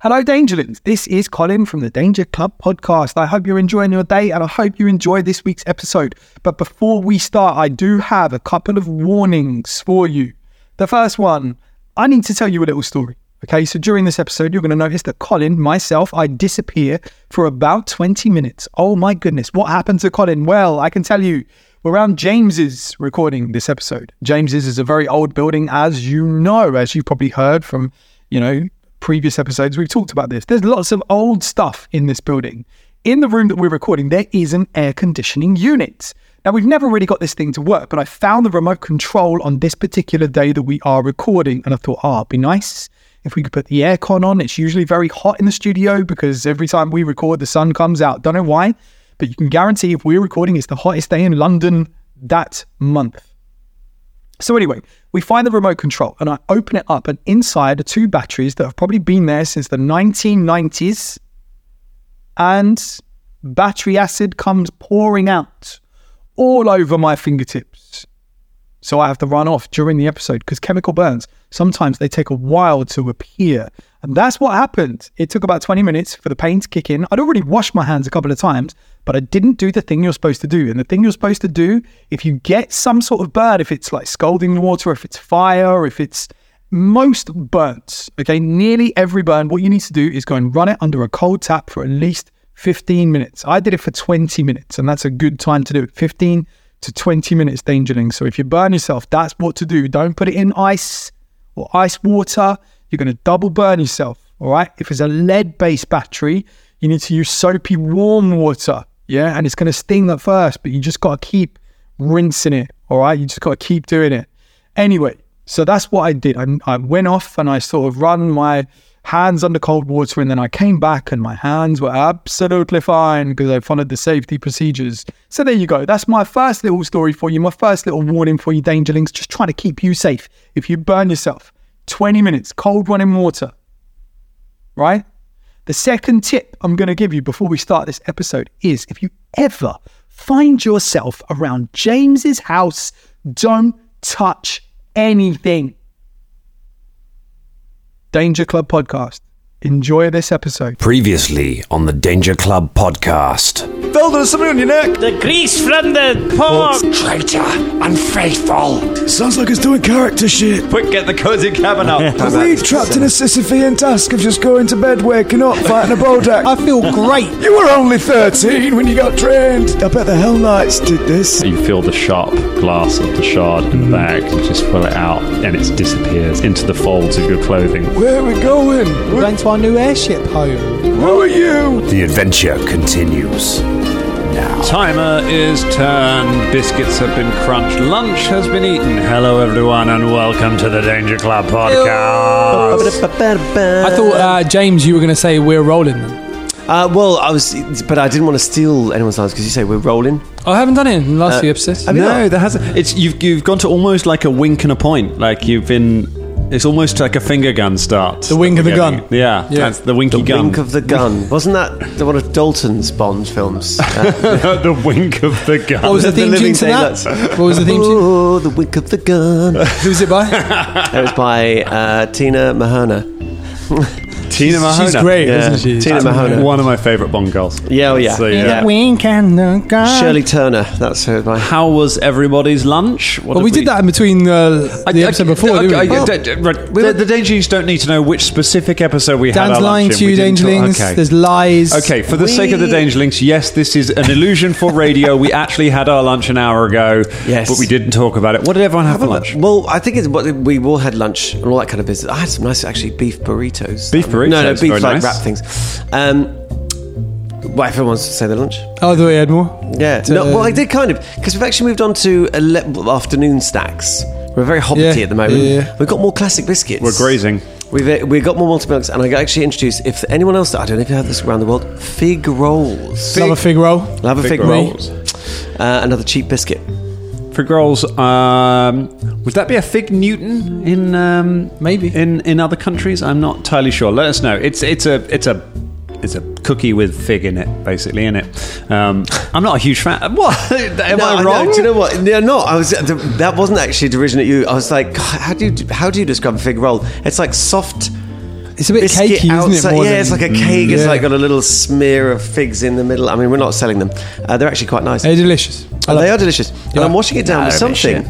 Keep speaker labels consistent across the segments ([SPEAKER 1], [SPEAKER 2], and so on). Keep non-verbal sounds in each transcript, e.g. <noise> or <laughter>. [SPEAKER 1] Hello, Dangerlings. This is Colin from the Danger Club podcast. I hope you're enjoying your day and I hope you enjoy this week's episode. But before we start, I do have a couple of warnings for you. The first one I need to tell you a little story. Okay, so during this episode, you're going to notice that Colin, myself, I disappear for about 20 minutes. Oh my goodness, what happened to Colin? Well, I can tell you, we're around James's recording this episode. James's is a very old building, as you know, as you probably heard from, you know, previous episodes, we've talked about this. There's lots of old stuff in this building. In the room that we're recording, there is an air conditioning unit. Now, we've never really got this thing to work, but I found the remote control on this particular day that we are recording. And I thought, ah, it'd be nice if we could put the aircon on. It's usually very hot in the studio because every time we record, the sun comes out. Don't know why, but you can guarantee if we're recording, it's the hottest day in London that month. So anyway, we find the remote control and I open it up and inside are two batteries that have probably been there since the 1990s and battery acid comes pouring out all over my fingertips. So I have to run off during the episode because chemical burns, sometimes they take a while to appear. And that's what happened. It took about 20 minutes for the pain to kick in. I'd already washed my hands a couple of times, but I didn't do the thing you're supposed to do. And the thing you're supposed to do, if you get some sort of burn, if it's like scalding water, if it's fire, if it's most burns, okay, nearly every burn, what you need to do is go and run it under a cold tap for at least 15 minutes. I did it for 20 minutes, and that's a good time to do it. 15 to 20 minutes dangerling. So if you burn yourself, that's what to do. Don't put it in ice or ice water. You're going to double burn yourself. All right. If it's a lead based battery, you need to use soapy warm water. Yeah. And it's going to sting at first, but you just got to keep rinsing it. All right. You just got to keep doing it. Anyway, so that's what I did. I, I went off and I sort of run my hands under cold water. And then I came back and my hands were absolutely fine because I followed the safety procedures. So there you go. That's my first little story for you, my first little warning for you, Dangerlings. Just trying to keep you safe. If you burn yourself, 20 minutes, cold running water. Right? The second tip I'm going to give you before we start this episode is if you ever find yourself around James's house, don't touch anything. Danger Club podcast. Enjoy this episode.
[SPEAKER 2] Previously on the Danger Club podcast.
[SPEAKER 3] Phil, there's something on your neck.
[SPEAKER 4] The grease from the pork.
[SPEAKER 2] Traitor, unfaithful.
[SPEAKER 3] Sounds like it's doing character shit.
[SPEAKER 5] Quick, get the cozy cabin up.
[SPEAKER 3] I'm really trapped in a Sisyphean task of just going to bed, waking up, fighting a bodak. I feel great. You were only 13 when you got trained. I bet the Hell Knights did this. Hmm.
[SPEAKER 6] You feel the sharp glass of the shard in the bag. You just pull it out, and it disappears into the folds of your clothing.
[SPEAKER 3] Where are we going? Wh-
[SPEAKER 7] Going to our new airship home.
[SPEAKER 3] Who are you?
[SPEAKER 2] The adventure continues.
[SPEAKER 6] Timer is turned. Biscuits have been crunched. Lunch has been eaten. Hello, everyone, and welcome to the Danger Club podcast.
[SPEAKER 7] I
[SPEAKER 8] I thought, uh, James, you were going to say we're rolling them.
[SPEAKER 5] Uh, well, I was, but I didn't want to steal anyone's lines because you say we're rolling.
[SPEAKER 8] Oh,
[SPEAKER 5] Uh,
[SPEAKER 8] I haven't done it in the last few episodes.
[SPEAKER 6] no, there hasn't. It's you've you've gone to almost like a wink and a point. Like you've been. It's almost like a finger gun start. The
[SPEAKER 8] wink of the gun.
[SPEAKER 6] Yeah,
[SPEAKER 8] Yeah.
[SPEAKER 6] that's the winky gun.
[SPEAKER 5] Wink of the gun. Wasn't that the one of Dalton's Bond films? Uh,
[SPEAKER 6] <laughs> the wink of the gun.
[SPEAKER 8] What <laughs> was Oh, the theme
[SPEAKER 5] Living
[SPEAKER 8] tune to that?
[SPEAKER 5] Daylights.
[SPEAKER 8] What was the theme tune?
[SPEAKER 5] oh, the wink of the
[SPEAKER 8] <laughs>
[SPEAKER 5] gun. That
[SPEAKER 8] Who was it by?
[SPEAKER 5] was by uh, Tina Mahona.
[SPEAKER 6] Tina Mahoney.
[SPEAKER 8] She's great,
[SPEAKER 5] Yeah.
[SPEAKER 8] isn't she?
[SPEAKER 5] Tina Mahona.
[SPEAKER 6] One of my favourite Bond girls.
[SPEAKER 5] Yeah, oh, yeah.
[SPEAKER 6] So, yeah.
[SPEAKER 5] yeah.
[SPEAKER 8] Wink and the gun.
[SPEAKER 5] Shirley Turner. That's her. My
[SPEAKER 6] How was everybody's lunch? What
[SPEAKER 8] Well, we did that in between uh, the episode before,
[SPEAKER 6] I,
[SPEAKER 8] didn't
[SPEAKER 6] I,
[SPEAKER 8] we? Oh.
[SPEAKER 6] I- d- d- right. the, the Dangerlings don't need to know which specific episode we had.
[SPEAKER 8] Dan's
[SPEAKER 6] our
[SPEAKER 8] lying
[SPEAKER 6] lunch
[SPEAKER 8] to
[SPEAKER 6] in. We
[SPEAKER 8] you,
[SPEAKER 6] didn't talk-
[SPEAKER 8] Dangerlings.
[SPEAKER 6] okay.
[SPEAKER 8] There's lies.
[SPEAKER 6] Okay, for the sake of the
[SPEAKER 5] We-
[SPEAKER 6] Dangerlings, yes, this is an illusion for radio. we actually had our lunch an hour ago,
[SPEAKER 5] Yes.
[SPEAKER 6] but we didn't talk about it. What did everyone have for lunch?
[SPEAKER 5] Well, I think it's what we all had lunch and all that kind of business. I had some nice actually beef burritos. Um,
[SPEAKER 6] Beef burritos,
[SPEAKER 5] No, no, beef
[SPEAKER 6] very
[SPEAKER 5] like
[SPEAKER 6] nice.
[SPEAKER 5] wrap things. Um, well, everyone wants to say their lunch.
[SPEAKER 8] Oh, the way, Edmore.
[SPEAKER 5] Yeah. No, well, I did kind of because we've actually moved on to ele- afternoon snacks. We're very hobbity
[SPEAKER 8] Yeah,
[SPEAKER 5] at the moment.
[SPEAKER 8] yeah, yeah.
[SPEAKER 5] We've got more classic biscuits.
[SPEAKER 6] We're grazing.
[SPEAKER 5] We've uh, we got more multi milks, and I got actually introduced. If anyone else, I don't know if you have this around the world, fig rolls.
[SPEAKER 8] Love a fig roll.
[SPEAKER 5] I'll have a fig,
[SPEAKER 6] Fig
[SPEAKER 5] roll.
[SPEAKER 6] rolls.
[SPEAKER 5] Uh, another cheap biscuit.
[SPEAKER 6] Fig rolls. Um, would that be a fig Newton in um,
[SPEAKER 8] Maybe.
[SPEAKER 6] in in other countries? I'm not entirely sure. Let us know. It's it's a it's a it's a cookie with fig in it, basically. In it. Um, I'm not a huge fan. <laughs> What am
[SPEAKER 5] No,
[SPEAKER 6] I
[SPEAKER 5] know.
[SPEAKER 6] wrong?
[SPEAKER 5] Do you know what? No, no. I was that wasn't actually derision at you. I was like, God, how do you how do you describe a fig roll? It's like soft
[SPEAKER 7] It's a bit
[SPEAKER 5] biscuit
[SPEAKER 7] cakey,
[SPEAKER 5] outside.
[SPEAKER 7] isn't it? More
[SPEAKER 5] yeah, it's
[SPEAKER 7] than- Mm,
[SPEAKER 5] like a cake. It's
[SPEAKER 7] yeah.
[SPEAKER 5] like got a little smear of figs in the middle. I mean, we're not selling them. Uh, they're actually quite nice.
[SPEAKER 7] They're delicious. I
[SPEAKER 5] And
[SPEAKER 7] love
[SPEAKER 5] they
[SPEAKER 7] it.
[SPEAKER 5] are delicious. And I'm washing it down with
[SPEAKER 6] Rubbish,
[SPEAKER 5] something.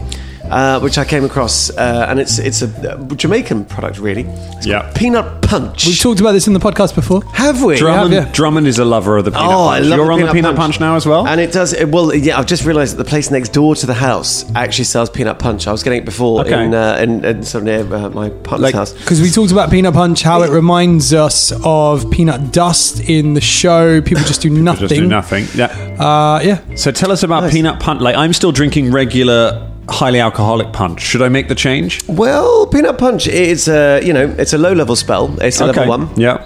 [SPEAKER 5] Uh, which I came across, uh, and it's it's a uh, Jamaican product, really. It's
[SPEAKER 6] Yeah.
[SPEAKER 5] called peanut punch.
[SPEAKER 7] We've talked about this in the podcast before.
[SPEAKER 5] have we?
[SPEAKER 6] Drummond,
[SPEAKER 7] yeah.
[SPEAKER 6] Drummond is a lover of the peanut
[SPEAKER 5] Oh, I
[SPEAKER 6] punch.
[SPEAKER 5] love
[SPEAKER 6] You're on the peanut punch. now as well.
[SPEAKER 5] And it does. It, well, yeah, I've just realised that the place next door to the house actually sells peanut punch. I was getting it before
[SPEAKER 6] Okay.
[SPEAKER 5] in, uh, in, in sort of near uh, my partner's
[SPEAKER 6] Like-
[SPEAKER 5] house.
[SPEAKER 7] Because we talked about peanut punch, how it reminds us of peanut dust in the show. People just do nothing.
[SPEAKER 6] Just do nothing. Yeah.
[SPEAKER 7] Uh, yeah.
[SPEAKER 6] So tell us about peanut punch. Like I'm still drinking regular highly alcoholic punch. Should I make the change?
[SPEAKER 5] Well, peanut punch is a you know it's a low level spell. It's a level one,
[SPEAKER 6] Yeah.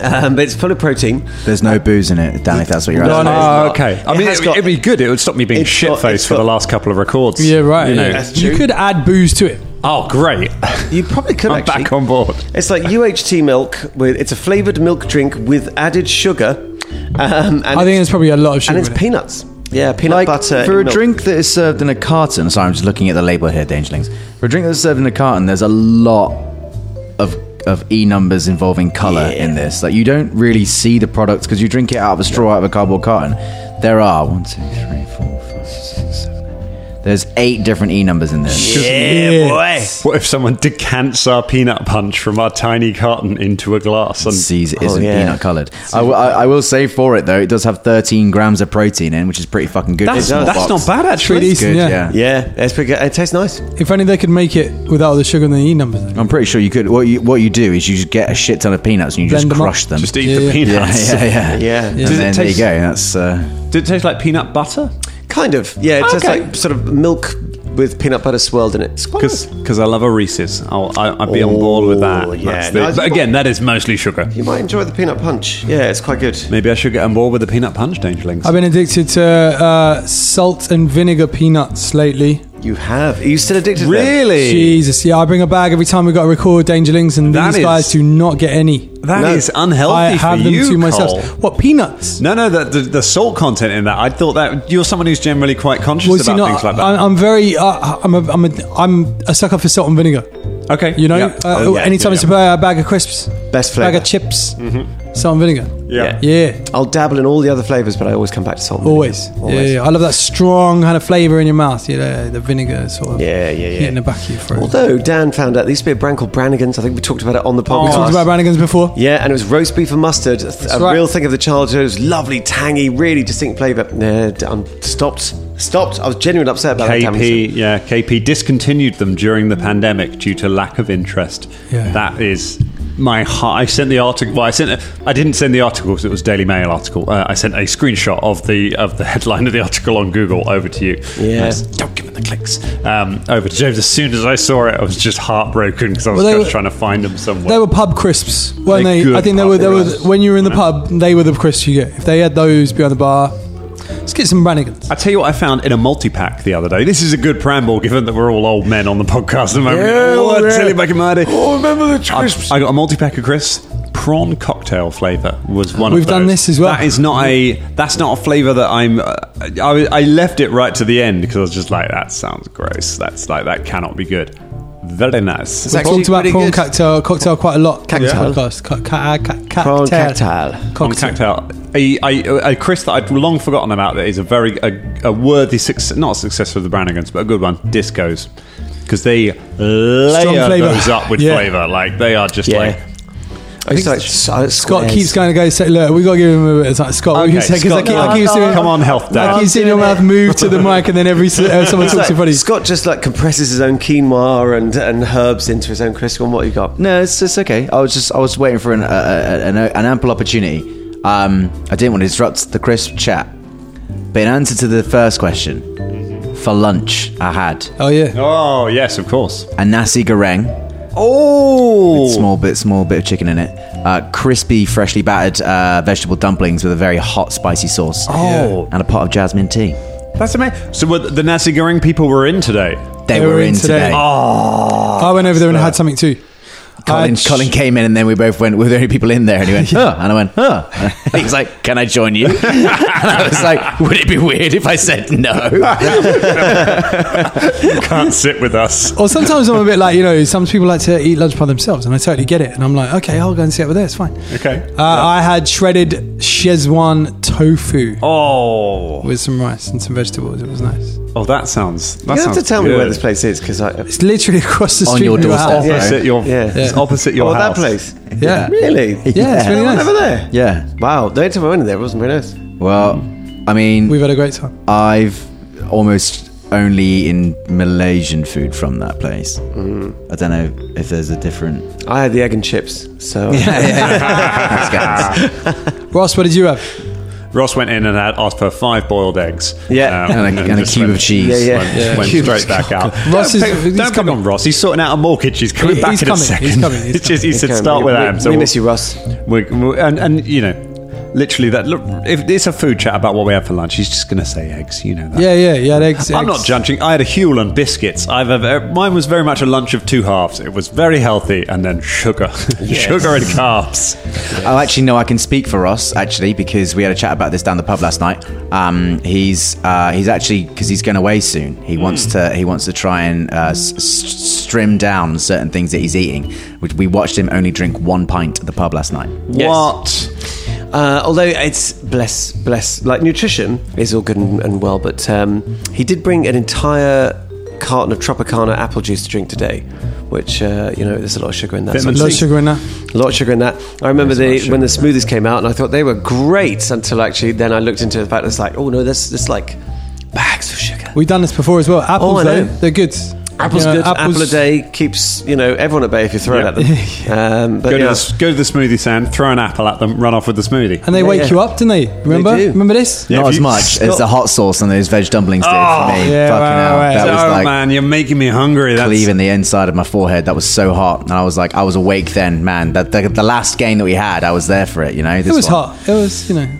[SPEAKER 5] um, but it's full of protein.
[SPEAKER 9] There's no booze in it, Dan, if that's what you're
[SPEAKER 5] No,
[SPEAKER 9] asking.
[SPEAKER 5] no.
[SPEAKER 6] Oh,
[SPEAKER 5] not.
[SPEAKER 6] okay. I
[SPEAKER 5] It
[SPEAKER 6] mean,
[SPEAKER 5] has
[SPEAKER 6] it,
[SPEAKER 5] got-
[SPEAKER 6] would be good. It would stop me being
[SPEAKER 5] It's got-
[SPEAKER 6] shit
[SPEAKER 5] it's
[SPEAKER 6] faced for
[SPEAKER 5] got-
[SPEAKER 6] the last couple of records.
[SPEAKER 7] Yeah, right.
[SPEAKER 6] You
[SPEAKER 7] You,
[SPEAKER 6] know.
[SPEAKER 5] That's true.
[SPEAKER 7] could add booze to it.
[SPEAKER 6] Oh, great.
[SPEAKER 5] You probably
[SPEAKER 6] <laughs>
[SPEAKER 5] could
[SPEAKER 6] I'm
[SPEAKER 5] actually.
[SPEAKER 6] back on board.
[SPEAKER 5] It's like UHT milk. With it's a flavored milk drink with added sugar. Um, and
[SPEAKER 7] I think
[SPEAKER 5] it's-
[SPEAKER 7] there's probably a lot of sugar.
[SPEAKER 5] and it's
[SPEAKER 7] in it.
[SPEAKER 5] peanuts. Yeah, peanut
[SPEAKER 9] Like,
[SPEAKER 5] butter
[SPEAKER 9] for
[SPEAKER 5] in
[SPEAKER 9] a
[SPEAKER 5] milk.
[SPEAKER 9] drink that is served in a carton, sorry, I'm just looking at the label here, Dangerlings. For a drink that's served in a carton, there's a lot of of E numbers involving colour in this. Like, you don't really see the product because you drink it out of a straw, out of a cardboard carton. There are one, two, three, four, five, six, seven. eight. There's eight different E numbers in this.
[SPEAKER 7] Yeah,
[SPEAKER 6] What if someone decants our peanut punch from our tiny carton into a glass? And
[SPEAKER 9] sees it isn't
[SPEAKER 5] Oh, yeah.
[SPEAKER 9] peanut coloured. I, w- I- I will say for it though, it does have 13 grams of protein in, which is pretty fucking good.
[SPEAKER 5] That's-
[SPEAKER 9] for a small
[SPEAKER 5] that's
[SPEAKER 9] box.
[SPEAKER 6] not bad,
[SPEAKER 7] Pretty
[SPEAKER 6] actually.
[SPEAKER 9] It's
[SPEAKER 7] decent,
[SPEAKER 9] good,
[SPEAKER 7] yeah.
[SPEAKER 9] yeah.
[SPEAKER 5] Yeah, it's pretty good. It tastes nice.
[SPEAKER 7] If only they could make it without all the sugar and the E numbers.
[SPEAKER 9] I'm pretty sure you could. What you what you do is you just get a shit ton of peanuts and you
[SPEAKER 7] Blend
[SPEAKER 9] just
[SPEAKER 7] them up.
[SPEAKER 9] crush them.
[SPEAKER 6] Just eat
[SPEAKER 7] Yeah,
[SPEAKER 6] the
[SPEAKER 7] yeah.
[SPEAKER 9] <laughs> yeah,
[SPEAKER 6] peanuts. <laughs>
[SPEAKER 9] yeah, yeah.
[SPEAKER 5] Yeah.
[SPEAKER 9] And
[SPEAKER 5] Does
[SPEAKER 6] it
[SPEAKER 9] then
[SPEAKER 6] taste-
[SPEAKER 9] there you go. That's uh,
[SPEAKER 6] Did it taste like peanut butter?
[SPEAKER 5] Kind of. Yeah, it tastes
[SPEAKER 6] Okay.
[SPEAKER 5] like sort of milk with peanut butter swirled in it. It's quite nice.
[SPEAKER 6] Because I love a Reese's. I'll, I, I'd be on board with that.
[SPEAKER 5] Oh, yeah.
[SPEAKER 6] That's the-
[SPEAKER 5] No,
[SPEAKER 6] but again, that is mostly sugar.
[SPEAKER 5] You might enjoy the peanut punch. Yeah, it's quite good.
[SPEAKER 6] Maybe I should get on board with the peanut punch, Dangerlings.
[SPEAKER 7] I've been addicted to uh, salt and vinegar peanuts lately.
[SPEAKER 5] You have. Are you still addicted to them?
[SPEAKER 6] really?
[SPEAKER 7] Jesus, yeah, I bring a bag every time we got to record Dangerlings, and
[SPEAKER 6] That
[SPEAKER 7] these
[SPEAKER 6] is-
[SPEAKER 7] guys do not get any.
[SPEAKER 6] That
[SPEAKER 5] No.
[SPEAKER 6] is unhealthy
[SPEAKER 7] I have
[SPEAKER 6] for
[SPEAKER 7] them
[SPEAKER 6] you,
[SPEAKER 7] to myself.
[SPEAKER 6] Cole.
[SPEAKER 7] What peanuts?
[SPEAKER 6] No, no, the, the, the salt content in that. I thought that you're someone who's generally quite conscious
[SPEAKER 7] Well, see,
[SPEAKER 6] about
[SPEAKER 7] no,
[SPEAKER 6] things like
[SPEAKER 7] I-
[SPEAKER 6] that.
[SPEAKER 7] I'm very, uh, I'm, a, I'm, a, I'm a sucker for salt and vinegar.
[SPEAKER 6] okay,
[SPEAKER 7] You know,
[SPEAKER 6] Yeah.
[SPEAKER 7] uh,
[SPEAKER 6] Oh, yeah,
[SPEAKER 7] anytime
[SPEAKER 6] yeah, Mm-hmm.
[SPEAKER 7] it's a ba- bag of crisps,
[SPEAKER 5] Best
[SPEAKER 7] bag
[SPEAKER 5] flavour.
[SPEAKER 7] of chips, salt and vinegar.
[SPEAKER 6] yeah.
[SPEAKER 5] Yeah.
[SPEAKER 7] Yeah,
[SPEAKER 5] I'll dabble in all the other flavours, but I always come back to salt. and
[SPEAKER 7] always.
[SPEAKER 5] vinegar.
[SPEAKER 7] Yeah, yeah, I love that strong kind of flavour in your mouth. You know, the vinegar sort of
[SPEAKER 5] Yeah, yeah, yeah.
[SPEAKER 7] hitting the back of your throat.
[SPEAKER 5] Although Dan found out there used to be a brand called Brannigan's. I think we talked about it on the podcast.
[SPEAKER 7] Oh, we talked about Brannigan's before.
[SPEAKER 5] yeah, and it was roast beef and mustard, a a
[SPEAKER 7] right.
[SPEAKER 5] real thing of the childhood. It was lovely, tangy, really distinct flavour. Yeah, I'm stopped, stopped. I was genuinely upset about that. Cameron.
[SPEAKER 6] KP, yeah, KP discontinued them during the pandemic due to lack of interest.
[SPEAKER 7] Yeah.
[SPEAKER 6] That is my heart. I sent the article. Well, I sent. a- I didn't send the article because it was Daily Mail article. Uh, I sent a screenshot of the of the headline of the article on Google over to you.
[SPEAKER 5] Yeah.
[SPEAKER 6] Nice. Don't give him the clicks. Um, over to James. As soon as I saw it, I was just heartbroken because I was
[SPEAKER 7] Well, they
[SPEAKER 6] just
[SPEAKER 7] were-
[SPEAKER 6] trying to find them somewhere.
[SPEAKER 7] They were pub crisps,
[SPEAKER 6] They're
[SPEAKER 7] weren't they?
[SPEAKER 6] good
[SPEAKER 7] I think they
[SPEAKER 6] pub
[SPEAKER 7] were. They were
[SPEAKER 6] crisps.
[SPEAKER 7] when you were in the pub. They were the crisps you get. If they had those behind the bar, let's get some Brannigans.
[SPEAKER 6] I tell you what I found in a multi-pack the other day. This is a good preamble, given that we're all old men on the podcast at the moment. oh, I tell you back in my day. Oh, remember the crisps. I, got a multi-pack of crisps. Prawn cocktail flavour was one
[SPEAKER 7] We've
[SPEAKER 6] of those.
[SPEAKER 7] done this as well.
[SPEAKER 6] That is not a. That's not a flavour that I'm. Uh, I, I left it right to the end because I was just like, that sounds gross. That's like that cannot be good. Very nice.
[SPEAKER 5] It's
[SPEAKER 7] We
[SPEAKER 5] actually
[SPEAKER 7] talked about
[SPEAKER 5] pretty
[SPEAKER 7] prawn
[SPEAKER 5] good.
[SPEAKER 7] cocktail, cocktail quite a lot.
[SPEAKER 5] Cocktail.
[SPEAKER 7] Podcast. Co- ca- ca-
[SPEAKER 5] Prawn
[SPEAKER 7] cocktail.
[SPEAKER 5] cocktail.
[SPEAKER 6] On cocktail, a, a, a Chris that I'd long forgotten about that is a very a, a worthy success, not success of the Brannigans, but a good one. Discos, because they layer
[SPEAKER 7] flavour.
[SPEAKER 6] those up
[SPEAKER 5] <laughs>
[SPEAKER 6] with
[SPEAKER 7] Yeah.
[SPEAKER 6] flavour. Like they are just
[SPEAKER 5] Yeah.
[SPEAKER 6] like
[SPEAKER 5] I used to like Scott
[SPEAKER 7] Scott keeps going to go. Say, Look, we got to give him a bit of time. Scott, what
[SPEAKER 5] Oh,
[SPEAKER 6] Okay,
[SPEAKER 7] you say? Because I
[SPEAKER 6] Scott,
[SPEAKER 7] keep,
[SPEAKER 6] no,
[SPEAKER 7] I keep
[SPEAKER 6] no,
[SPEAKER 7] seeing,
[SPEAKER 6] come on, health
[SPEAKER 7] I
[SPEAKER 6] dad.
[SPEAKER 7] keep seeing your mouth move to the mic, and then every s- uh, someone talks to funny.
[SPEAKER 5] Scott just like compresses his own quinoa and, and herbs into his own crisp. And what you got?
[SPEAKER 9] no, it's, it's okay. I was just I was waiting for an uh, uh, an, an ample opportunity. Um, I didn't want to disrupt the crisp chat, but in answer to the first question, for lunch I had
[SPEAKER 7] Oh yeah.
[SPEAKER 6] oh yes, of course.
[SPEAKER 9] a nasi goreng.
[SPEAKER 6] Oh,
[SPEAKER 9] small bit, small bit of chicken in it. Uh, crispy, freshly battered uh, vegetable dumplings with a very hot, spicy sauce.
[SPEAKER 6] Oh.
[SPEAKER 9] and a pot of jasmine tea.
[SPEAKER 6] that's amazing. So were the nasi
[SPEAKER 5] <laughs>
[SPEAKER 6] goreng people were in today.
[SPEAKER 9] They, were, in today.
[SPEAKER 7] I went over there and had something too.
[SPEAKER 9] Colin,
[SPEAKER 8] Uh, sh-
[SPEAKER 9] Colin came in, and then we both went. We're the only people in there, and he went, "Huh," and I went, "Huh." <laughs> And he's like, "Can I join you?" <laughs> and I
[SPEAKER 8] <laughs>
[SPEAKER 9] was like, "Would it be weird if I said no?"
[SPEAKER 6] You can't sit with
[SPEAKER 5] <laughs>
[SPEAKER 6] us.
[SPEAKER 8] Or sometimes I'm a bit like, you know, some people like to eat lunch by themselves, and I totally get it. And I'm like, okay, I'll go and sit over there. It's fine.
[SPEAKER 6] Okay.
[SPEAKER 8] Uh, I had shredded Szechuan tofu
[SPEAKER 6] Oh,
[SPEAKER 8] with some rice and some vegetables. It was nice.
[SPEAKER 6] oh, that sounds. That
[SPEAKER 5] You have
[SPEAKER 6] sounds
[SPEAKER 5] to tell
[SPEAKER 6] good.
[SPEAKER 5] me where this place is because I.
[SPEAKER 8] It's literally
[SPEAKER 7] <laughs>
[SPEAKER 8] across the
[SPEAKER 9] On
[SPEAKER 8] street
[SPEAKER 9] your
[SPEAKER 8] from
[SPEAKER 9] doorstep.
[SPEAKER 8] house.
[SPEAKER 6] Opposite your,
[SPEAKER 5] Yeah.
[SPEAKER 6] It's opposite your
[SPEAKER 5] Oh, that
[SPEAKER 6] house.
[SPEAKER 5] place.
[SPEAKER 8] Yeah.
[SPEAKER 5] Really?
[SPEAKER 6] <laughs>
[SPEAKER 8] Yeah, it's really
[SPEAKER 5] I went
[SPEAKER 8] nice.
[SPEAKER 5] over there.
[SPEAKER 9] yeah.
[SPEAKER 5] Wow, the only time I went in there wasn't very nice.
[SPEAKER 9] Well, I mean,
[SPEAKER 8] We've had a great time.
[SPEAKER 9] I've almost only eaten Malaysian food from that place. I don't know if there's a
[SPEAKER 8] <laughs>
[SPEAKER 9] different. <laughs>
[SPEAKER 5] I had the egg and chips, so
[SPEAKER 8] Ross, what did you have?
[SPEAKER 6] Ross went in and had asked for five boiled eggs.
[SPEAKER 5] Yeah.
[SPEAKER 6] Um,
[SPEAKER 9] And a- and a
[SPEAKER 6] just
[SPEAKER 9] cube
[SPEAKER 6] went-
[SPEAKER 9] of cheese.
[SPEAKER 5] Yeah, yeah.
[SPEAKER 6] Went,
[SPEAKER 8] Yeah.
[SPEAKER 6] went
[SPEAKER 8] Cube of
[SPEAKER 6] straight back out.
[SPEAKER 8] <laughs> Ross
[SPEAKER 6] don't
[SPEAKER 8] is-
[SPEAKER 6] pick,
[SPEAKER 8] he's
[SPEAKER 6] don't pick
[SPEAKER 8] coming.
[SPEAKER 6] on Ross. He's sorting out a mortgage. He's coming
[SPEAKER 8] He-
[SPEAKER 6] back
[SPEAKER 8] he's
[SPEAKER 6] in a
[SPEAKER 8] coming. He's
[SPEAKER 6] second.
[SPEAKER 8] coming. He's
[SPEAKER 6] It's just- <laughs> he said
[SPEAKER 5] Okay,
[SPEAKER 6] start
[SPEAKER 5] um, we-
[SPEAKER 6] with
[SPEAKER 5] we-
[SPEAKER 6] Adam. So
[SPEAKER 5] we
[SPEAKER 6] we'll-
[SPEAKER 5] miss you, Russ.
[SPEAKER 6] We're, we're- and, and you know, literally that. Look, if it's a food chat about what we have for lunch, he's just going to say eggs. You know that.
[SPEAKER 8] Yeah, yeah, yeah. Eggs,
[SPEAKER 6] I'm
[SPEAKER 8] eggs.
[SPEAKER 6] not judging. I had a Huel and biscuits. I've a, ver- mine was very much a lunch of two halves. It was very healthy, and then sugar, <laughs> sugar and carbs.
[SPEAKER 9] Oh, actually, no. I can speak for Ross actually because we had a chat about this down the pub last night. Um, he's uh, he's actually because he's going away soon.
[SPEAKER 8] Hmm.
[SPEAKER 9] He wants to he wants to try and uh, s- s- trim down certain things that he's eating. Which we watched him only drink one pint at the pub last night.
[SPEAKER 6] What?
[SPEAKER 5] Uh, although it's bless, bless, like nutrition is all good and, and well, but um, he did bring an entire carton of Tropicana apple juice to drink today, which uh, you know there's a lot of sugar in that.
[SPEAKER 6] Vitamin
[SPEAKER 5] sort
[SPEAKER 8] Low
[SPEAKER 5] of thing.
[SPEAKER 8] sugar in that.
[SPEAKER 5] A lot of sugar in that. I remember the, when the smoothies came out, and I thought they were great until actually then I looked into the fact it's like, oh no, that's it's like bags of sugar.
[SPEAKER 8] We've done this before as well. Apples,
[SPEAKER 5] I know.
[SPEAKER 8] though, they're good.
[SPEAKER 5] Apple's
[SPEAKER 8] You know,
[SPEAKER 5] good. Apple a day keeps you know everyone at bay if you throw
[SPEAKER 6] Yeah.
[SPEAKER 9] <laughs>
[SPEAKER 5] it at them. Um, but
[SPEAKER 6] Go to,
[SPEAKER 5] yeah.
[SPEAKER 6] the, s- go to the smoothie stand, throw an apple at them, run off with the smoothie.
[SPEAKER 8] And they wake
[SPEAKER 5] yeah.
[SPEAKER 8] you up, don't they? Remember?
[SPEAKER 5] do.
[SPEAKER 8] Remember this?
[SPEAKER 6] Yeah,
[SPEAKER 9] Not
[SPEAKER 6] if
[SPEAKER 9] as
[SPEAKER 6] you
[SPEAKER 9] much as
[SPEAKER 6] stop-
[SPEAKER 9] the hot sauce and those veg dumplings did for me.
[SPEAKER 8] Oh, Yeah,
[SPEAKER 9] Fucking
[SPEAKER 8] right,
[SPEAKER 9] hell.
[SPEAKER 8] right.
[SPEAKER 9] That was
[SPEAKER 6] oh
[SPEAKER 9] like
[SPEAKER 6] man, you're making me hungry. That's
[SPEAKER 9] cleaving the inside of my forehead. That was so hot, and I was like, I was awake then, man. That the, the last game that we had, I was there for it. You know,
[SPEAKER 8] It was hot. It was, you know.